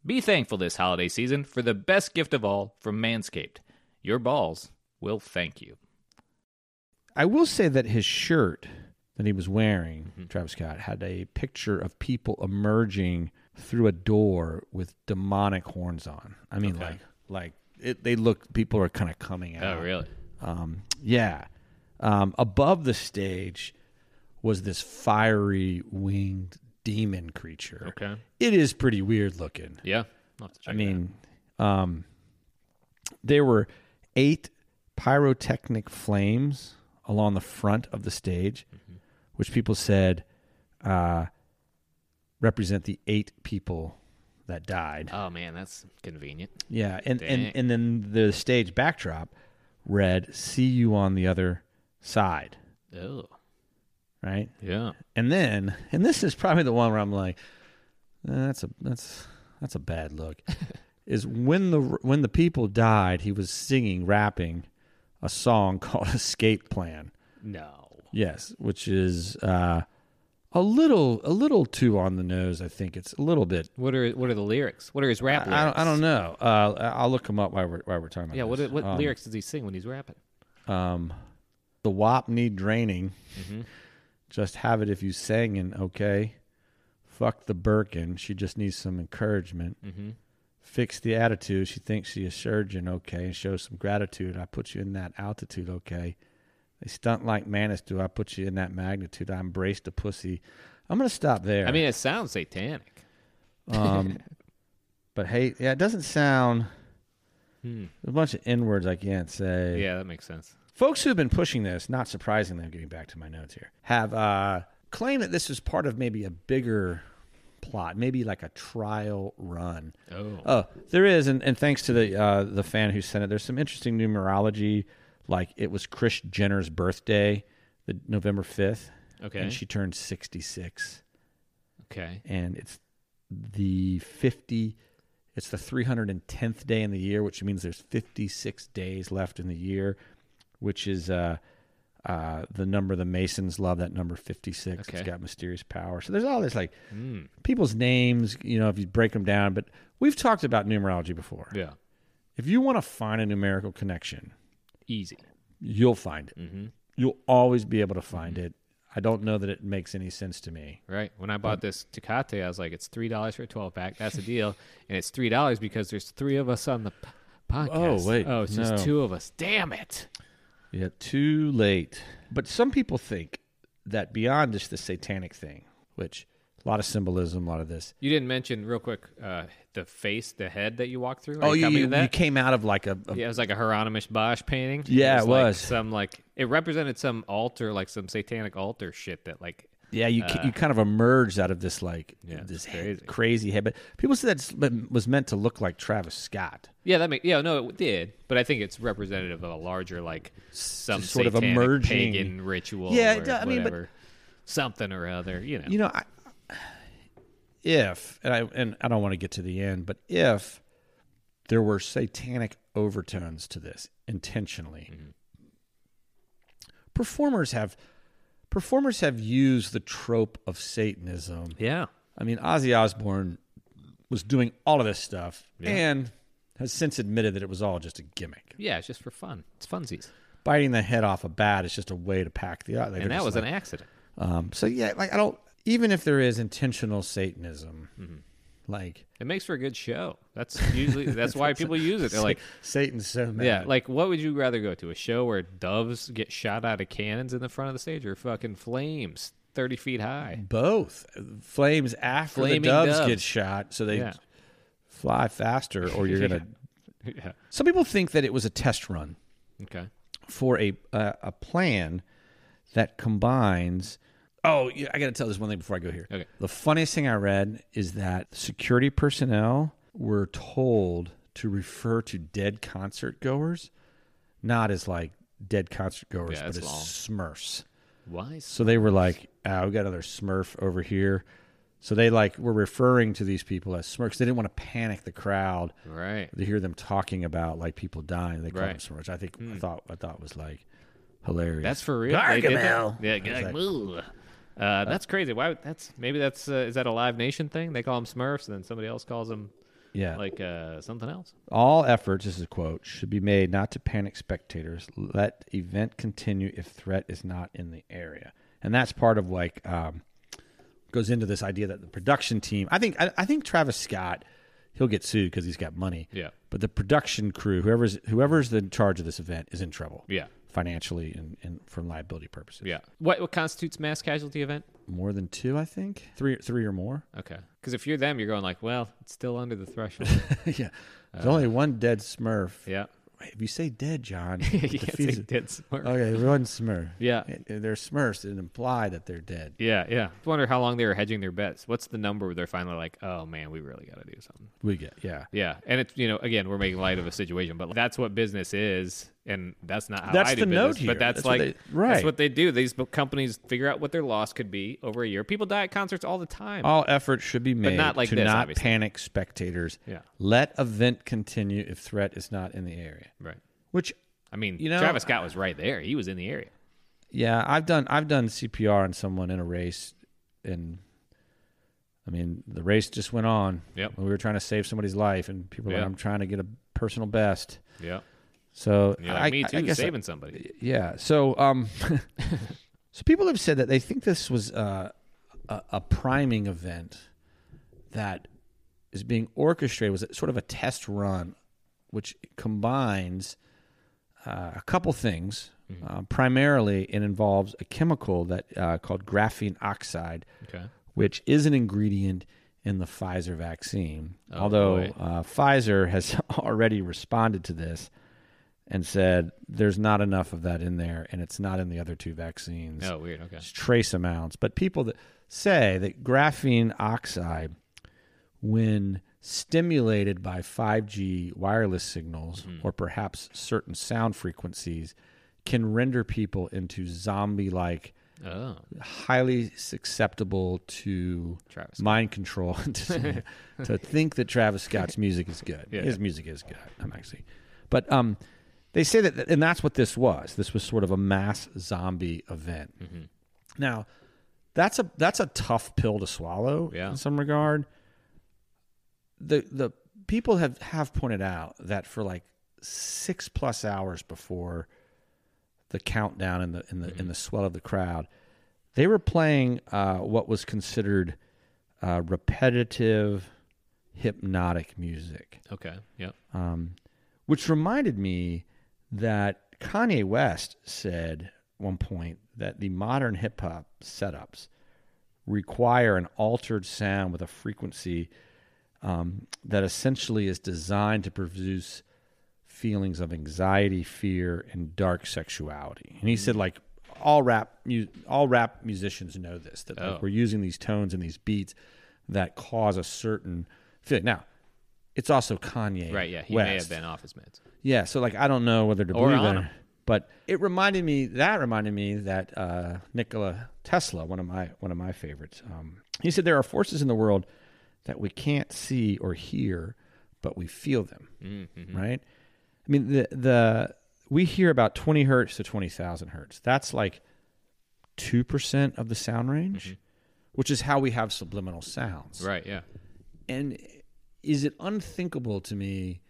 [SPEAKER 3] Be thankful this holiday season for the best gift of all from Manscaped. Your balls will thank you.
[SPEAKER 2] I will say that his shirt that he was wearing,
[SPEAKER 4] Mm-hmm.
[SPEAKER 2] Travis Scott, had a picture of people emerging through a door with demonic horns on. I mean,
[SPEAKER 4] Okay.
[SPEAKER 2] like, like it, they look. People are kind of coming out.
[SPEAKER 4] Oh, really?
[SPEAKER 2] Um, yeah. Um, above the stage was this fiery winged demon creature.
[SPEAKER 4] Okay.
[SPEAKER 2] It is pretty weird looking.
[SPEAKER 4] Yeah. I'll have to check it
[SPEAKER 2] I
[SPEAKER 4] out.
[SPEAKER 2] mean, um, there were eight pyrotechnic flames along the front of the stage,
[SPEAKER 4] Mm-hmm.
[SPEAKER 2] which people said uh, represent the eight people that died.
[SPEAKER 4] oh man, that's convenient.
[SPEAKER 2] yeah, and,
[SPEAKER 4] dang.
[SPEAKER 2] and and then the stage backdrop read "See you on the other side,"
[SPEAKER 4] Oh,
[SPEAKER 2] right?
[SPEAKER 4] yeah.
[SPEAKER 2] And then, and this is probably the one where I'm like, "Eh, that's a that's that's a bad look. is when the when the people died, he was singing, rapping a song called "Escape Plan."
[SPEAKER 4] No.
[SPEAKER 2] Yes, which is uh, a little a little too on the nose. I think it's a little bit.
[SPEAKER 4] What are what are the lyrics? What are his
[SPEAKER 2] I,
[SPEAKER 4] rap lyrics?
[SPEAKER 2] I don't, I don't know. Uh, I'll look him up while we're while we're talking about.
[SPEAKER 4] Yeah. What
[SPEAKER 2] this.
[SPEAKER 4] what
[SPEAKER 2] Um,
[SPEAKER 4] lyrics does he sing when he's rapping?
[SPEAKER 2] Um, the WAP need draining.
[SPEAKER 4] Mm-hmm.
[SPEAKER 2] Just have it if you singing, okay? Fuck the Birkin. She just needs some encouragement.
[SPEAKER 4] Mm-hmm.
[SPEAKER 2] Fix the attitude. She thinks she a surgeon, okay? And show some gratitude. I put you in that altitude, okay? They stunt like manis do. I put you in that magnitude. I embrace the pussy. I'm gonna stop there.
[SPEAKER 4] I mean, it sounds satanic.
[SPEAKER 2] um, but hey, yeah, it doesn't sound.
[SPEAKER 4] Hmm.
[SPEAKER 2] There's a bunch of N words I can't say.
[SPEAKER 4] Yeah, that makes sense.
[SPEAKER 2] Folks who have been pushing this, not surprisingly, I'm getting back to my notes here, have uh, claimed that this is part of maybe a bigger plot, maybe like a trial run.
[SPEAKER 4] Oh.
[SPEAKER 2] Oh, there is, and, and thanks to the uh, the fan who sent it, there's some interesting numerology. Like it was Chris Jenner's birthday, the November 5th,
[SPEAKER 4] Okay.
[SPEAKER 2] and she turned 66,
[SPEAKER 4] okay.
[SPEAKER 2] and it's the 50. It's the 310th day in the year, which means there's 56 days left in the year, which is uh, uh, the number the Masons love, that number 56.
[SPEAKER 4] Okay.
[SPEAKER 2] It's got mysterious power. So there's all this, like,
[SPEAKER 4] Hmm.
[SPEAKER 2] people's names, you know, if you break them down. But we've talked about numerology before.
[SPEAKER 4] Yeah.
[SPEAKER 2] If you want to find a numerical connection,
[SPEAKER 3] Easy.
[SPEAKER 2] you'll find it. You'll always be able to find it. I don't know that it makes any sense to me.
[SPEAKER 3] Right. When I bought this Tecate, I was like, it's three dollars for a twelve pack. That's a deal. and it's three dollars because there's three of us on the p- podcast.
[SPEAKER 2] Oh, wait,
[SPEAKER 3] Oh, it's
[SPEAKER 2] no.
[SPEAKER 3] just two of us. Damn it.
[SPEAKER 2] Yeah, too late. But some people think that beyond just the satanic thing, which a lot of symbolism, a lot of this.
[SPEAKER 3] You didn't mention real quick uh, the face, the head that you walked through. Are
[SPEAKER 2] Oh, you,
[SPEAKER 3] coming
[SPEAKER 2] you,
[SPEAKER 3] to that?
[SPEAKER 2] you came out of like a, a-
[SPEAKER 3] Yeah, it was like a Hieronymus Bosch painting.
[SPEAKER 2] Yeah, it
[SPEAKER 3] like
[SPEAKER 2] was.
[SPEAKER 3] some like it represented some altar, like some satanic altar shit that like
[SPEAKER 2] yeah, you ca- you kind of emerged out of this like this
[SPEAKER 3] crazy.
[SPEAKER 2] crazy. crazy head. But people said that was meant to look like Travis Scott.
[SPEAKER 3] yeah that make yeah no it did, but I think it's representative of a larger like some
[SPEAKER 2] sort of
[SPEAKER 3] satanic
[SPEAKER 2] emerging-
[SPEAKER 3] pagan ritual.
[SPEAKER 2] Yeah,
[SPEAKER 3] or
[SPEAKER 2] it do- I mean, but-
[SPEAKER 3] whatever, something or other. You know,
[SPEAKER 2] You know, I, if and I and I don't want to get to the end, but if there were satanic overtones to this intentionally,
[SPEAKER 3] Mm-hmm.
[SPEAKER 2] performers have performers have used the trope of Satanism.
[SPEAKER 3] yeah,
[SPEAKER 2] I mean, Ozzy Osbourne was doing all of this stuff and has since admitted that it was all just a gimmick.
[SPEAKER 3] yeah, it's just for fun. It's funsies,
[SPEAKER 2] Biting the head off a bat is just a way to pack the.
[SPEAKER 3] and that was an accident.
[SPEAKER 2] Um, so yeah, like I don't. Even if there is intentional Satanism,
[SPEAKER 3] Mm-hmm.
[SPEAKER 2] like
[SPEAKER 3] It makes for a good show. That's usually that's why people use it. They're like,
[SPEAKER 2] Satan's so mad.
[SPEAKER 3] Yeah, like what would you rather go to? A show where doves get shot out of cannons in the front of the stage or fucking flames 30 feet high?
[SPEAKER 2] both flames after
[SPEAKER 3] Flaming
[SPEAKER 2] the doves,
[SPEAKER 3] doves.
[SPEAKER 2] get shot, so they
[SPEAKER 3] Yeah.
[SPEAKER 2] fly faster, or you're gonna.
[SPEAKER 3] Yeah.
[SPEAKER 2] Some people think that it was a test run
[SPEAKER 3] Okay.
[SPEAKER 2] for a uh, a plan that combines. Oh, yeah, I got to tell this one thing before I go here.
[SPEAKER 3] Okay.
[SPEAKER 2] The funniest thing I read is that security personnel were told to refer to dead concert goers, not as like dead concert goers,
[SPEAKER 3] Yeah,
[SPEAKER 2] but
[SPEAKER 3] that's
[SPEAKER 2] as
[SPEAKER 3] long.
[SPEAKER 2] Smurfs.
[SPEAKER 3] Why?
[SPEAKER 2] So they were like, "Ah, we got another Smurf over here." So they like were referring to these people as Smurfs. They didn't want to panic the crowd
[SPEAKER 3] Right.
[SPEAKER 2] to hear them talking about like people dying. They called
[SPEAKER 3] Right. Hmm.
[SPEAKER 2] them Smurfs. I think I thought I thought was like hilarious.
[SPEAKER 3] That's for real. They did that? Yeah, Gargamel. Uh, that's crazy. Why? would- That's maybe that's uh, is that a Live Nation thing? They call them Smurfs, and then somebody else calls them
[SPEAKER 2] yeah.
[SPEAKER 3] like uh, something else.
[SPEAKER 2] All efforts, this is a quote, should be made not to panic spectators. Let event continue if threat is not in the area, and that's part of like um, goes into this idea that the production team. I think I, I think Travis Scott he'll get sued because he's got money.
[SPEAKER 3] Yeah.
[SPEAKER 2] But the production crew, whoever's whoever's in charge of this event, is in trouble.
[SPEAKER 3] Yeah.
[SPEAKER 2] Financially and, and for liability purposes.
[SPEAKER 3] Yeah. What what constitutes mass casualty event?
[SPEAKER 2] More than two, I think. Three, three or more.
[SPEAKER 3] Okay. Because if you're them, you're going like, well, it's still under the threshold.
[SPEAKER 2] yeah. There's only one dead Smurf.
[SPEAKER 3] Uh, yeah.
[SPEAKER 2] Wait, if you say dead, John,
[SPEAKER 3] yeah.
[SPEAKER 2] defeats
[SPEAKER 3] It's a
[SPEAKER 2] it.
[SPEAKER 3] dead Smurf.
[SPEAKER 2] Okay, one Smurf.
[SPEAKER 3] Yeah.
[SPEAKER 2] And They're Smurfs and imply that they're dead.
[SPEAKER 3] Yeah, yeah. I wonder how long they were hedging their bets. What's the number where they're finally like, oh man, we really got to do something?
[SPEAKER 2] We get, yeah.
[SPEAKER 3] Yeah, and it's you know again we're making light of a situation, but that's what business is, and that's not how
[SPEAKER 2] That's
[SPEAKER 3] I do
[SPEAKER 2] the
[SPEAKER 3] business.
[SPEAKER 2] note here.
[SPEAKER 3] But that's,
[SPEAKER 2] That's
[SPEAKER 3] like
[SPEAKER 2] what they- right.
[SPEAKER 3] that's what they do. These bu- companies figure out what their loss could be over a year. People die at concerts all the time.
[SPEAKER 2] All efforts should be made
[SPEAKER 3] not like
[SPEAKER 2] to
[SPEAKER 3] this,
[SPEAKER 2] not
[SPEAKER 3] obviously.
[SPEAKER 2] panic spectators.
[SPEAKER 3] Yeah.
[SPEAKER 2] Let event continue if threat is not in the area.
[SPEAKER 3] right.
[SPEAKER 2] Which,
[SPEAKER 3] I mean,
[SPEAKER 2] You know-
[SPEAKER 3] Travis Scott was right there. He was in the area.
[SPEAKER 2] yeah, I've done. I've done CPR on someone in a race, and I mean the race just went on.
[SPEAKER 3] Yep.
[SPEAKER 2] We were trying to save somebody's life, and people were
[SPEAKER 3] Yeah.
[SPEAKER 2] like, "I'm trying to get a personal best."
[SPEAKER 3] Yeah.
[SPEAKER 2] So
[SPEAKER 3] You're like
[SPEAKER 2] I,
[SPEAKER 3] me
[SPEAKER 2] I-
[SPEAKER 3] too,
[SPEAKER 2] I guess I-
[SPEAKER 3] saving somebody.
[SPEAKER 2] Yeah. So, um, so people have said that they think this was uh, a, a priming event that is being orchestrated was sort of a test run, which combines uh, a couple things.
[SPEAKER 3] Mm-hmm.
[SPEAKER 2] Uh, primarily, it involves a chemical that uh, called graphene oxide,
[SPEAKER 3] Okay.
[SPEAKER 2] which is an ingredient in the Pfizer vaccine. Although
[SPEAKER 3] boy.
[SPEAKER 2] uh, Pfizer has already responded to this and said there's not enough of that in there, and it's not in the other two vaccines.
[SPEAKER 3] Oh, weird. Okay.
[SPEAKER 2] It's trace amounts. But people that say that graphene oxide, when stimulated by 5G wireless signals or perhaps certain sound frequencies, can render people into zombie like
[SPEAKER 3] Oh,
[SPEAKER 2] highly susceptible to
[SPEAKER 3] Travis
[SPEAKER 2] mind control to, to think that Travis Scott's music is good. His music is good. I'm actually, but um, they say that, and that's what this was. This was sort of a mass zombie event. Now, that's a that's a tough pill to swallow
[SPEAKER 3] Yeah.
[SPEAKER 2] in some regard. The the people have have pointed out that for like six plus hours before the countdown and the in the in the swell of the crowd, they were playing uh, what was considered uh, repetitive hypnotic music
[SPEAKER 3] Okay. Yeah.
[SPEAKER 2] which reminded me that Kanye West said at one point that the modern hip hop setups require an altered sound with a frequency um, that essentially is designed to produce feelings of anxiety, fear, and dark sexuality.
[SPEAKER 3] Mm-hmm.
[SPEAKER 2] And he said, like, all rap, mu- all rap musicians know this that
[SPEAKER 3] Oh.
[SPEAKER 2] like, we're using these tones and these beats that cause a certain feeling. Now, it's also Kanye.
[SPEAKER 3] Right. Yeah. He
[SPEAKER 2] West.
[SPEAKER 3] may have been off his meds.
[SPEAKER 2] Yeah, so like I don't know whether to
[SPEAKER 3] Or
[SPEAKER 2] believe
[SPEAKER 3] on
[SPEAKER 2] it,
[SPEAKER 3] 'em.
[SPEAKER 2] but it reminded me that reminded me that uh, Nikola Tesla, one of my one of my favorites, um, he said there are forces in the world that we can't see or hear, but we feel them. Right? I mean the the we hear about twenty hertz to twenty thousand hertz. That's like two percent of the sound range, which is how we have subliminal sounds
[SPEAKER 3] Right. Yeah.
[SPEAKER 2] and is it unthinkable to me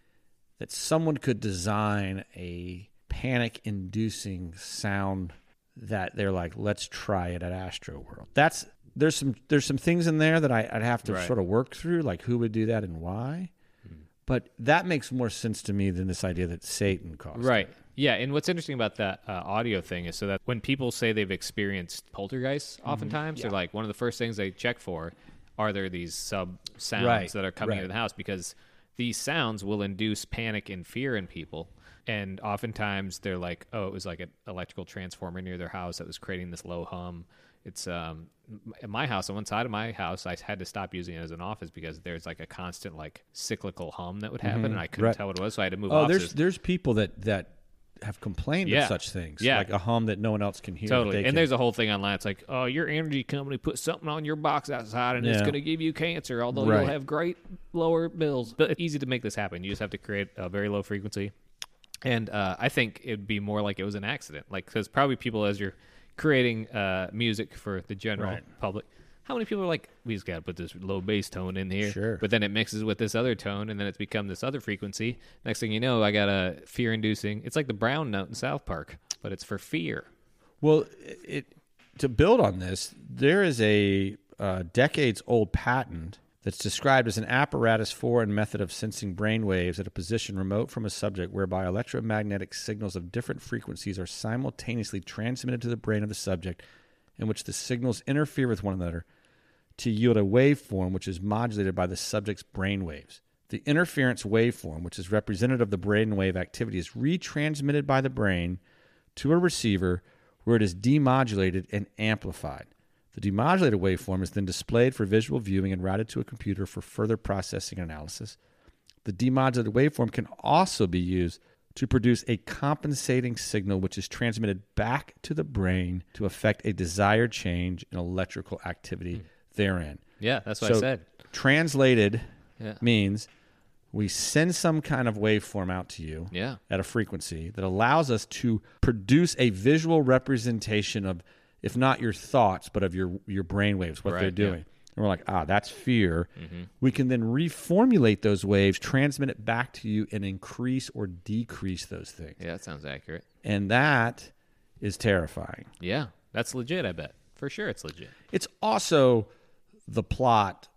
[SPEAKER 2] that someone could design a panic inducing sound that they're like let's try it at astro world that's there's some there's some things in there that I, i'd have to sort of work through like who would do that and why
[SPEAKER 3] Hmm.
[SPEAKER 2] but that makes more sense to me than this idea that satan caused it.
[SPEAKER 3] Right. Yeah, and what's interesting about that uh, audio thing is so that when people say they've experienced poltergeists,
[SPEAKER 2] Mm-hmm.
[SPEAKER 3] oftentimes they're like one of the first things they check for are there these sub sounds
[SPEAKER 2] Right,
[SPEAKER 3] that are coming
[SPEAKER 2] right.
[SPEAKER 3] into the house because these sounds will induce panic and fear in people. And oftentimes they're like, oh, it was like an electrical transformer near their house that was creating this low hum. It's um, m- in my house, on one side of my house, I had to stop using it as an office because there's like a constant, like cyclical hum that would happen, and I couldn't
[SPEAKER 2] Mm-hmm. right.
[SPEAKER 3] tell what it was, so I had to move.
[SPEAKER 2] oh
[SPEAKER 3] offices.
[SPEAKER 2] there's there's people that that have complained
[SPEAKER 3] Yeah.
[SPEAKER 2] of such things
[SPEAKER 3] Yeah.
[SPEAKER 2] like a hum that no one else can hear that
[SPEAKER 3] Totally.
[SPEAKER 2] they
[SPEAKER 3] And
[SPEAKER 2] can-
[SPEAKER 3] there's a whole thing online. It's like, oh, your energy company put something on your box outside and it's
[SPEAKER 2] Yeah.
[SPEAKER 3] going to give you cancer, although
[SPEAKER 2] Right.
[SPEAKER 3] you'll have great lower bills. But it's easy to make this happen. You just have to create a very low frequency. And uh, I think it'd be more like it was an accident. Like, because probably people, as you're creating uh, music for the general public, how many people are like, we just got to put this low bass tone in here?
[SPEAKER 2] Sure.
[SPEAKER 3] But then it mixes with this other tone, and then it's become this other frequency. Next thing you know, I got a fear inducing. It's like the brown note in South Park, but it's for fear.
[SPEAKER 2] Well, it to build on this, there is a uh, decades-old patent that's described as an apparatus for and method of sensing brain waves at a position remote from a subject, whereby electromagnetic signals of different frequencies are simultaneously transmitted to the brain of the subject, in which the signals interfere with one another to yield a waveform which is modulated by the subject's brain waves. The interference waveform, which is representative of the brainwave activity, is retransmitted by the brain to a receiver where it is demodulated and amplified. The demodulated waveform is then displayed for visual viewing and routed to a computer for further processing and analysis. The demodulated waveform can also be used to produce a compensating signal which is transmitted back to the brain to affect a desired change in electrical activity therein.
[SPEAKER 3] Yeah, Hmm. that's what I
[SPEAKER 2] So,
[SPEAKER 3] said.
[SPEAKER 2] Translated
[SPEAKER 3] Yeah.
[SPEAKER 2] means we send some kind of waveform out to you
[SPEAKER 3] Yeah.
[SPEAKER 2] at a frequency that allows us to produce a visual representation of if not your thoughts but of your your brain waves what they're
[SPEAKER 3] Right, yeah. Mm-hmm.
[SPEAKER 2] doing and we're like ah that's fear we can then reformulate those waves transmit it back to you and increase or decrease those things
[SPEAKER 3] Yeah, that sounds accurate.
[SPEAKER 2] and that is terrifying
[SPEAKER 3] Yeah, that's legit, I bet. For sure it's legit.
[SPEAKER 2] it's also the plot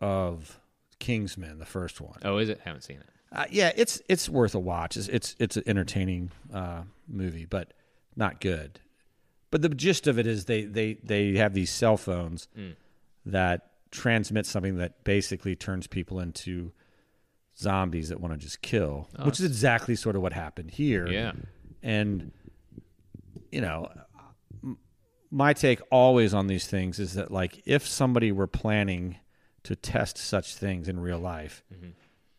[SPEAKER 2] of kingsman the first one
[SPEAKER 3] Oh, is it? Haven't seen it.
[SPEAKER 2] Uh, yeah, it's it's worth a watch. It's it's, it's an entertaining uh, movie, but not good. But the gist of it is they they they have these cell phones that transmit something that basically turns people into zombies that want to just kill, which is exactly sort of what happened here.
[SPEAKER 3] Yeah.
[SPEAKER 2] and you know. m- My take always on these things is that like if somebody were planning to test such things in real life,
[SPEAKER 3] Mm-hmm.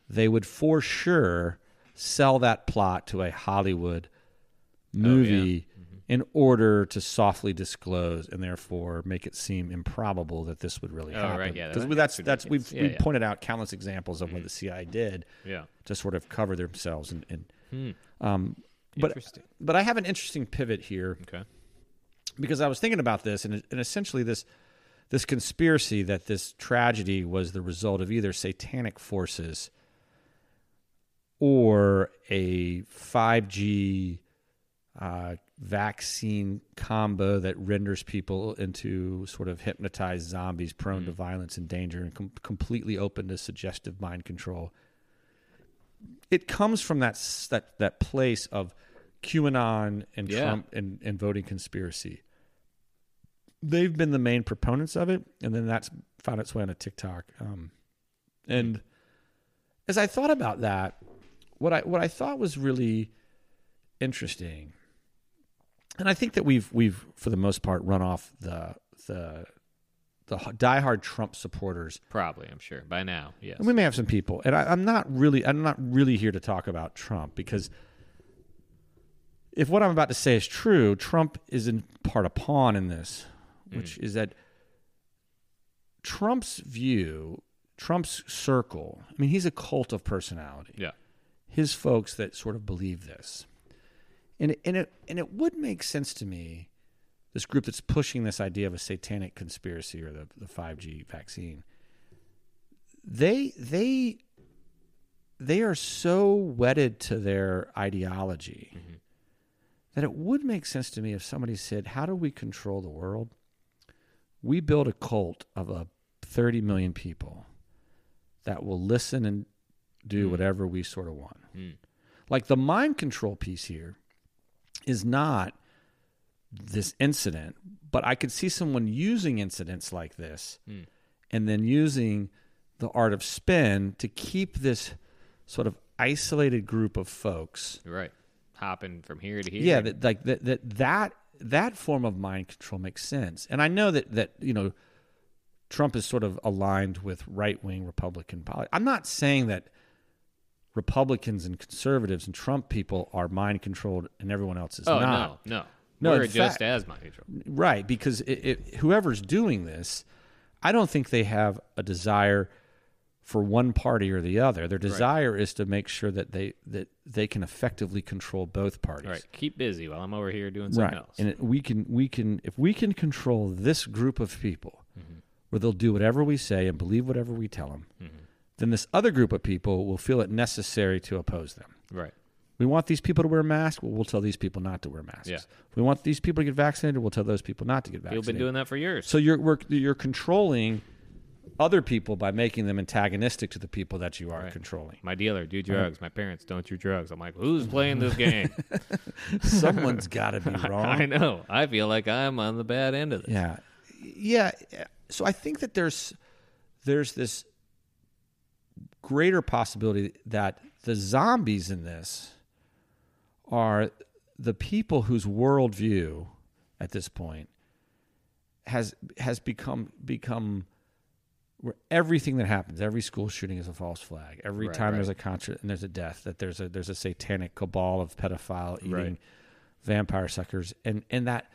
[SPEAKER 2] they would for sure sell that plot to a Hollywood
[SPEAKER 3] Oh,
[SPEAKER 2] movie
[SPEAKER 3] Mm-hmm.
[SPEAKER 2] in order to softly disclose and therefore make it seem improbable that this would really happen.
[SPEAKER 3] Oh, right, yeah, that
[SPEAKER 2] because
[SPEAKER 3] makes
[SPEAKER 2] that's that's we've
[SPEAKER 3] Yeah, Mm-hmm.
[SPEAKER 2] we've
[SPEAKER 3] yeah.
[SPEAKER 2] pointed out countless examples of what the CIA did
[SPEAKER 3] Yeah.
[SPEAKER 2] to sort of cover themselves and. and
[SPEAKER 3] Hmm.
[SPEAKER 2] um, but
[SPEAKER 3] Interesting.
[SPEAKER 2] but I have an interesting pivot here
[SPEAKER 3] Okay.
[SPEAKER 2] because I was thinking about this, and, and essentially this this conspiracy that this tragedy was the result of either satanic forces or a 5G uh, vaccine combo that renders people into sort of hypnotized zombies prone to violence and danger and com- completely open to suggestive mind control. It comes from that s- that that place of QAnon and
[SPEAKER 3] Yeah.
[SPEAKER 2] Trump and, and voting conspiracy. They've been the main proponents of it, and then that's found its way on a TikTok. Um, and as I thought about that, what I what I thought was really interesting, and I think that we've we've for the most part run off the the the diehard Trump supporters,
[SPEAKER 3] Probably, I'm sure by now. Yes.
[SPEAKER 2] and we may have some people. And I, I'm not really I'm not really here to talk about Trump because if what I'm about to say is true, Trump is in part a pawn in this,
[SPEAKER 3] Mm.
[SPEAKER 2] which is that Trump's view, Trump's circle. I mean, he's a cult of personality
[SPEAKER 3] yeah.
[SPEAKER 2] his folks that sort of believe this. And it, and it and it would make sense to me, this group that's pushing this idea of a satanic conspiracy or the, the 5G vaccine. They they they are so wedded to their ideology that it would make sense to me if somebody said, How do we control the world? We build a cult of a 30 million people that will listen and do whatever we sort of want. Like the mind control piece here is not this incident, but I could see someone using incidents like this and then using the art of spin to keep this sort of isolated group of folks
[SPEAKER 3] You're right. Hopping from here to here.
[SPEAKER 2] yeah that like that that that that form of mind control makes sense and i know that that you know trump is sort of aligned with right-wing republican politics i'm not saying that republicans and conservatives and trump people are mind controlled and everyone else is
[SPEAKER 3] oh
[SPEAKER 2] not
[SPEAKER 3] no, no,
[SPEAKER 2] No,
[SPEAKER 3] We're
[SPEAKER 2] in
[SPEAKER 3] just
[SPEAKER 2] fact-
[SPEAKER 3] as mind control.
[SPEAKER 2] Right, because it, it, whoever's doing this, I don't think they have a desire for one party or the other. Their desire is to make sure that they that they can effectively control both parties.
[SPEAKER 3] All right. Keep busy while I'm over here doing something else.
[SPEAKER 2] And it, we can we can if we can control this group of people,
[SPEAKER 3] Mm-hmm.
[SPEAKER 2] where they'll do whatever we say and believe whatever we tell them, then this other group of people will feel it necessary to oppose them.
[SPEAKER 3] right.
[SPEAKER 2] We want these people to wear masks. Well, we'll tell these people not to wear masks.
[SPEAKER 3] Yeah.
[SPEAKER 2] We want these people to get vaccinated. We'll tell those people not to get vaccinated.
[SPEAKER 3] You've been doing that for years.
[SPEAKER 2] So you're we're, you're controlling other people by making them antagonistic to the people that you are controlling.
[SPEAKER 3] my dealer, do
[SPEAKER 2] Uh-huh.
[SPEAKER 3] drugs. My parents, don't do drugs. I'm like, who's playing this game?
[SPEAKER 2] Someone's got to be wrong.
[SPEAKER 3] I know. I feel like I'm on the bad end of this.
[SPEAKER 2] Yeah, yeah. So I think that there's there's this greater possibility that the zombies in this are the people whose worldview at this point has has become become where everything that happens, every school shooting is a false flag. Every time there's a concert and there's a death, that there's a there's a satanic cabal of pedophile eating vampire suckers, and and that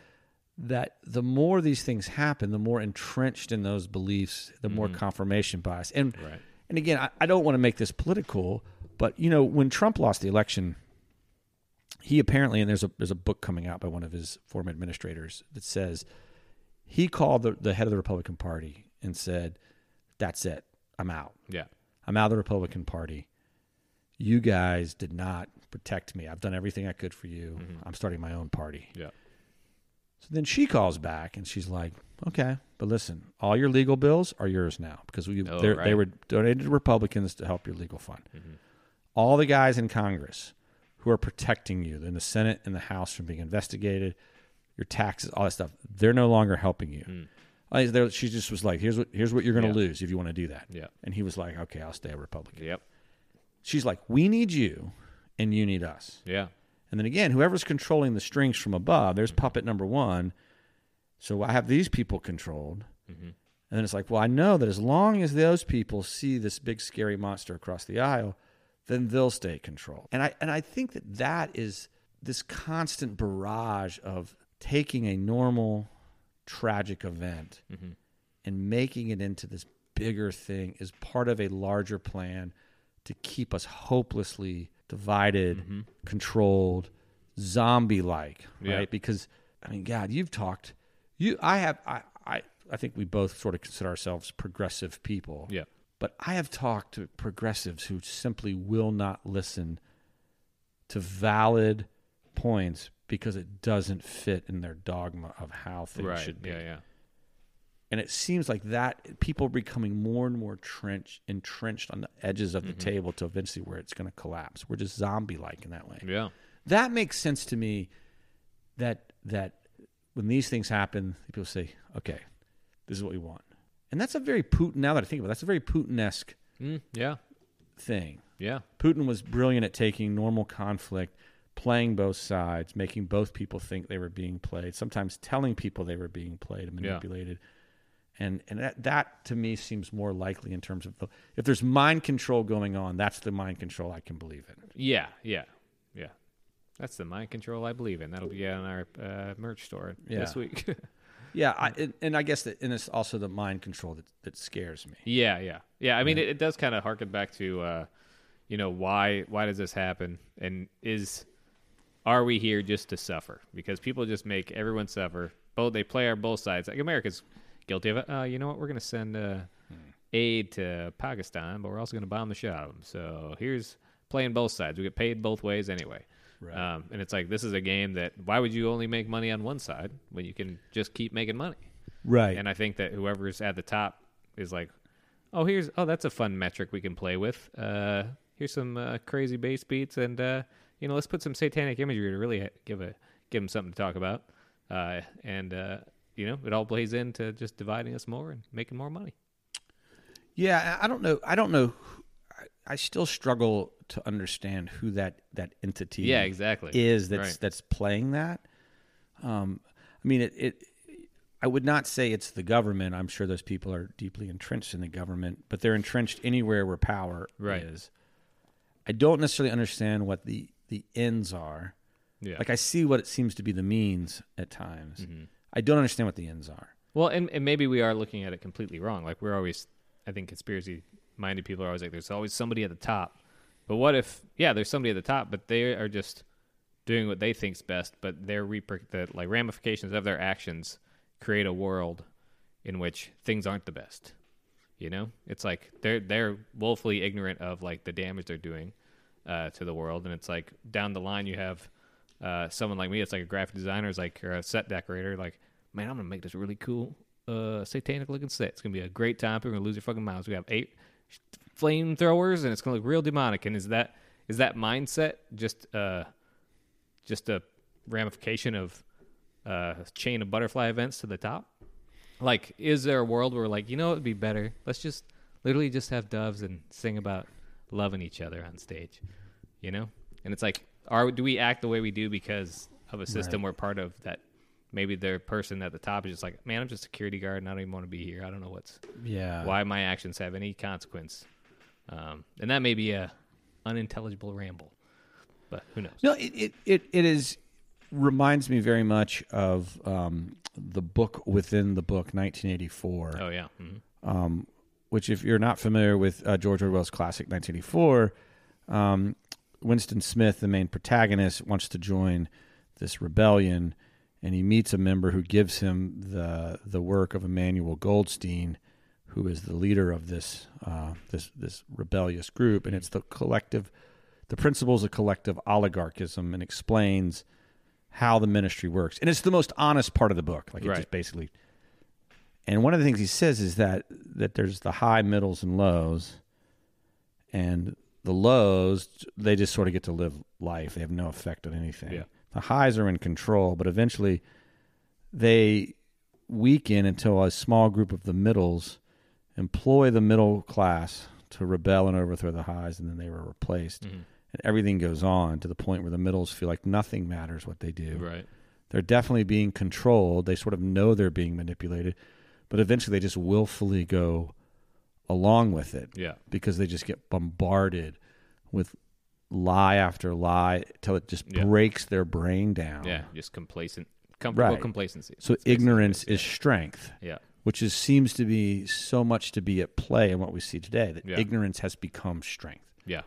[SPEAKER 2] that the more these things happen, the more entrenched in those beliefs, the more confirmation bias. And and again, I, I don't want to make this political, but you know, when Trump lost the election, he apparently and there's a there's a book coming out by one of his former administrators that says he called the, the head of the Republican Party and said, That's it. I'm out.
[SPEAKER 3] Yeah.
[SPEAKER 2] I'm out of the Republican Party. You guys did not protect me. I've done everything I could for you. I'm starting my own party.
[SPEAKER 3] Yeah.
[SPEAKER 2] So then she calls back and she's like, "Okay, but listen, all your legal bills are yours now because we
[SPEAKER 3] Oh,
[SPEAKER 2] they're they
[SPEAKER 3] right. Mm-hmm.
[SPEAKER 2] were donated to Republicans to help your legal fund. All the guys in Congress who are protecting you in the Senate and the House from being investigated, your taxes, all that stuff, they're no longer helping you."
[SPEAKER 3] Mm.
[SPEAKER 2] I- there- She just was like, "Here's what here's what you're going to lose if you want to do that."
[SPEAKER 3] Yeah.
[SPEAKER 2] and he was like, "Okay, I'll stay a Republican."
[SPEAKER 3] Yep.
[SPEAKER 2] She's like, "We need you, and you need us."
[SPEAKER 3] Yeah.
[SPEAKER 2] And then again, whoever's controlling the strings from above,
[SPEAKER 3] Mm.
[SPEAKER 2] there's puppet number one. So I have these people controlled. And then it's like, well, I know that as long as those people see this big scary monster across the aisle, then they'll stay controlled. And I and I think that that is this constant barrage of taking a normal tragic event and making it into this bigger thing is part of a larger plan to keep us hopelessly divided, controlled, zombie like,
[SPEAKER 3] Yeah.
[SPEAKER 2] right? Because I mean, God, you've talked you I have I, I I think we both sort of consider ourselves progressive people.
[SPEAKER 3] Yeah.
[SPEAKER 2] But I have talked to progressives who simply will not listen to valid points because it doesn't fit in their dogma of how things
[SPEAKER 3] right.
[SPEAKER 2] should be.
[SPEAKER 3] Yeah, yeah.
[SPEAKER 2] And it seems like that people are becoming more and more trench, entrenched on the edges of the
[SPEAKER 3] Mm-hmm.
[SPEAKER 2] table to eventually where it's going to collapse. We're just zombie like in that way
[SPEAKER 3] Yeah.
[SPEAKER 2] that makes sense to me that that when these things happen people say okay this is what we want and that's a very putin now that i think about it that's a very putin-esque
[SPEAKER 3] Mm, yeah.
[SPEAKER 2] thing
[SPEAKER 3] Yeah.
[SPEAKER 2] putin was brilliant at taking normal conflict playing both sides making both people think they were being played sometimes telling people they were being played and manipulated and and that, that to me seems more likely in terms of the, if there's mind control going on that's the mind control i can believe in
[SPEAKER 3] Yeah. Yeah. Yeah. That's the mind control I believe in. That'll be on our uh, merch store this
[SPEAKER 2] Yeah.
[SPEAKER 3] week.
[SPEAKER 2] Yeah, I, and, and I guess that, and it's also the mind control that, that scares me.
[SPEAKER 3] Yeah, yeah, yeah. I mean, it, it does kind of harken back to, uh, you know, why why does this happen, and is are we here just to suffer? Because people just make everyone suffer. Both they play our both sides. Like America's guilty of it. Uh, you know what? We're gonna send uh, aid to Pakistan, but we're also gonna bomb the shit out of them. So here's playing both sides. We get paid both ways anyway. Right. Um, and it's like this is a game that why would you only make money on one side when you can just keep making money?
[SPEAKER 2] Right.
[SPEAKER 3] And I think that whoever's at the top is like, oh, here's oh, that's a fun metric we can play with. Uh, here's some uh, crazy bass beats, and uh, you know, let's put some satanic imagery to really ha- give a give them something to talk about. Uh, and uh, you know, it all plays into just dividing us more and making more money.
[SPEAKER 2] yeah, I I don't know. I don't know. who- I, I still struggle to understand who that that entity.
[SPEAKER 3] Yeah, exactly.
[SPEAKER 2] Is that's
[SPEAKER 3] Right.
[SPEAKER 2] that's playing that? Um, I mean, it, it. I would not say it's the government. I'm sure those people are deeply entrenched in the government, but they're entrenched anywhere where power
[SPEAKER 3] Right.
[SPEAKER 2] is. I don't necessarily understand what the the ends are.
[SPEAKER 3] Yeah. Mm-hmm.
[SPEAKER 2] Like I see what it seems to be the means at times. I don't understand what the ends are.
[SPEAKER 3] Well, and, and maybe we are looking at it completely wrong. Like we're always, I think conspiracy minded people are always like, there's always somebody at the top. But what if, yeah, there's somebody at the top, but they are just doing what they think's best, but their reper- the like ramifications of their actions create a world in which things aren't the best. You know, it's like they're they're woefully ignorant of like the damage they're doing uh, to the world, and it's like down the line you have uh, someone like me. It's like a graphic designer, is like or a set decorator. Like, man, I'm gonna make this really cool, uh, satanic looking set. It's gonna be a great time. People are gonna lose their fucking minds. We have eight flamethrowers, and it's gonna look real demonic. And is that is that mindset just uh, just a ramification of uh, chain of butterfly events to the top? Like, is there a world where like you know it would be better? Let's just literally just have doves and sing about loving each other on stage, you know? And it's like, are do we act the way we do because of a system we're part of that? Maybe the person at the top is just like, man, I'm just a security guard and I don't even want to be here. I don't know what's
[SPEAKER 2] Yeah.
[SPEAKER 3] why my actions have any consequence. Um, and that may be a unintelligible ramble, but who knows?
[SPEAKER 2] No, it it, it, it is reminds me very much of um, the book within the book, 1984.
[SPEAKER 3] Oh yeah, hmm
[SPEAKER 2] which, if you're not familiar with uh, George Orwell's classic 1984, um, Winston Smith, the main protagonist, wants to join this rebellion, and he meets a member who gives him the the work of Emmanuel Goldstein, who is the leader of this uh, this this rebellious group, and it's the collective, the principles of collective oligarchism, and explains how the ministry works, and it's the most honest part of the book. Like it
[SPEAKER 3] Right.
[SPEAKER 2] just basically and one of the things he says is that that there's the high, middles, and lows, and the lows they just sort of get to live life. They have no effect on anything.
[SPEAKER 3] Yeah.
[SPEAKER 2] The highs are in control, but eventually they weaken until a small group of the middles employ the middle class to rebel and overthrow the highs, and then they were replaced.
[SPEAKER 3] Mm-hmm.
[SPEAKER 2] And everything goes on to the point where the middles feel like nothing matters what they do
[SPEAKER 3] right.
[SPEAKER 2] they're definitely being controlled. They sort of know they're being manipulated, but eventually they just willfully go along with it
[SPEAKER 3] Yeah.
[SPEAKER 2] because they just get bombarded with lie after lie till it just
[SPEAKER 3] Yeah.
[SPEAKER 2] breaks their brain down.
[SPEAKER 3] Yeah, just complacent, comfortable
[SPEAKER 2] Oh. Right.
[SPEAKER 3] complacency.
[SPEAKER 2] So
[SPEAKER 3] That's basically what it
[SPEAKER 2] ignorance is strength,
[SPEAKER 3] Yeah.
[SPEAKER 2] which is seems to be so much to be at play in what we see today that
[SPEAKER 3] Yeah.
[SPEAKER 2] ignorance has become strength.
[SPEAKER 3] Yeah.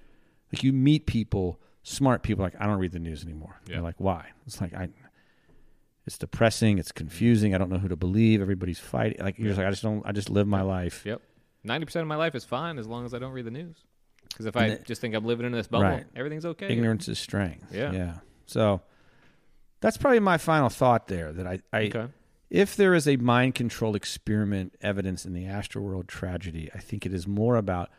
[SPEAKER 2] Like you meet people, smart people, like I don't read the news anymore.
[SPEAKER 3] Yeah.
[SPEAKER 2] They're like, why? It's like I, it's depressing. It's confusing. I don't know who to believe. Everybody's fighting. Like you're just like I just don't. I just live my life.
[SPEAKER 3] Yep. Ninety percent of my life is fine as long as I don't read the news. Because if I
[SPEAKER 2] And it-
[SPEAKER 3] just think I'm living in this bubble,
[SPEAKER 2] Right.
[SPEAKER 3] everything's okay.
[SPEAKER 2] Ignorance is strength.
[SPEAKER 3] Yeah.
[SPEAKER 2] Yeah. So that's probably my final thought there. That I, I
[SPEAKER 3] Okay.
[SPEAKER 2] if there is a mind control experiment evidence in the Astroworld tragedy, I think it is more about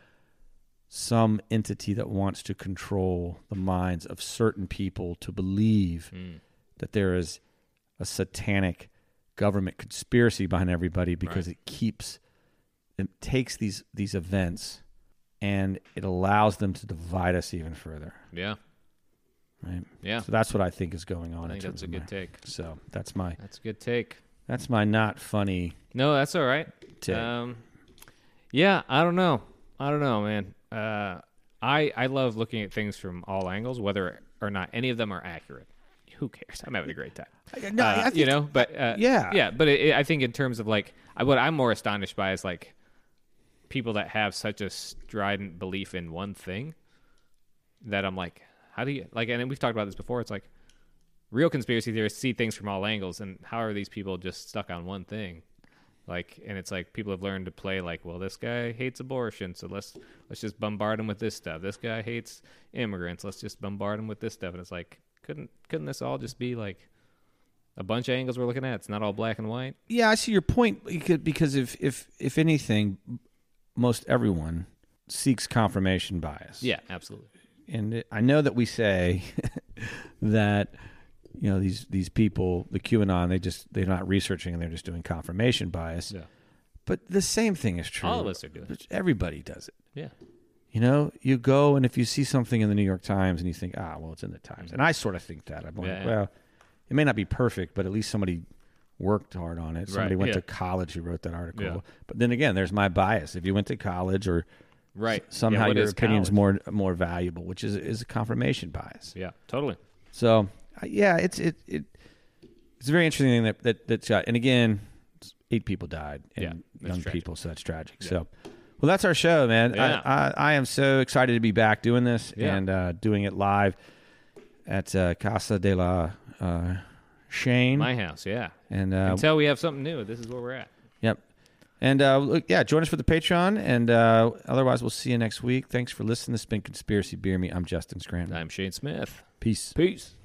[SPEAKER 2] some entity that wants to control the minds of certain people to believe
[SPEAKER 3] Hmm.
[SPEAKER 2] that there is a satanic government conspiracy behind everybody because it keeps it takes these these events and it allows them to divide us even further.
[SPEAKER 3] Yeah.
[SPEAKER 2] Right.
[SPEAKER 3] Yeah.
[SPEAKER 2] So that's what I think is going on.
[SPEAKER 3] I
[SPEAKER 2] in
[SPEAKER 3] think
[SPEAKER 2] terms
[SPEAKER 3] that's a
[SPEAKER 2] of
[SPEAKER 3] good
[SPEAKER 2] my-
[SPEAKER 3] take.
[SPEAKER 2] So that's my
[SPEAKER 3] That's a good take.
[SPEAKER 2] that's my not funny
[SPEAKER 3] No, that's all right.
[SPEAKER 2] take.
[SPEAKER 3] Um, yeah, I don't know. I don't know, man. Uh, I I love looking at things from all angles, whether or not any of them are accurate. Who cares? I'm having a great time.
[SPEAKER 2] no,
[SPEAKER 3] Uh,
[SPEAKER 2] I think-
[SPEAKER 3] you know, but uh,
[SPEAKER 2] Yeah.
[SPEAKER 3] yeah. But it, it- I think in terms of like, I, what I'm more astonished by is like people that have such a strident belief in one thing that I'm like, how do you like? And we've talked about this before. It's like real conspiracy theorists see things from all angles, and how are these people just stuck on one thing? Like, and it's like people have learned to play like, well, this guy hates abortion, so let's let's just bombard him with this stuff. This guy hates immigrants, let's just bombard him with this stuff. And it's like, couldn't couldn't this all just be like a bunch of angles we're looking at? It's not all black and white.
[SPEAKER 2] yeah, I see your point because- because if if if anything, most everyone seeks confirmation bias.
[SPEAKER 3] Yeah, absolutely.
[SPEAKER 2] and it- I know that we say that you know these these people, the QAnon, they just they're not researching and they're just doing confirmation bias.
[SPEAKER 3] Yeah.
[SPEAKER 2] But the same thing is true.
[SPEAKER 3] All of us are doing it.
[SPEAKER 2] But Everybody does it.
[SPEAKER 3] Yeah,
[SPEAKER 2] You know, you go and if you see something in the New York Times and you think, ah, well, it's in the Times, and I sort of think that. I'm like,
[SPEAKER 3] Yeah.
[SPEAKER 2] well, it may not be perfect, but at least somebody worked hard on it. Somebody went
[SPEAKER 3] yeah.
[SPEAKER 2] to college who wrote that article.
[SPEAKER 3] Yeah.
[SPEAKER 2] But then again, there's my bias. If you went to college or
[SPEAKER 3] right.
[SPEAKER 2] somehow
[SPEAKER 3] yeah, what
[SPEAKER 2] your
[SPEAKER 3] is
[SPEAKER 2] opinion's
[SPEAKER 3] college?
[SPEAKER 2] more more valuable, which is is a confirmation bias.
[SPEAKER 3] Yeah, totally.
[SPEAKER 2] So uh, yeah, it's it, it it's a very interesting thing that that that shot. And again, it's- eight people died and
[SPEAKER 3] Yeah, that's
[SPEAKER 2] young
[SPEAKER 3] tragic.
[SPEAKER 2] people, so that's tragic. So. Well, that's our show, man.
[SPEAKER 3] Yeah.
[SPEAKER 2] I, I, I am so excited to be back doing this
[SPEAKER 3] Yeah.
[SPEAKER 2] and uh, doing it live at uh, Casa de la uh, Shane.
[SPEAKER 3] My house. Yeah.
[SPEAKER 2] and uh,
[SPEAKER 3] Until we have something new, this is where we're at.
[SPEAKER 2] Yep. And uh, look, yeah, join us for the Patreon. And uh, otherwise, we'll see you next week. Thanks for listening. This has been Conspiracy Beer Me. I'm Justin Scranton.
[SPEAKER 3] I'm Shane Smith.
[SPEAKER 2] Peace.
[SPEAKER 3] Peace.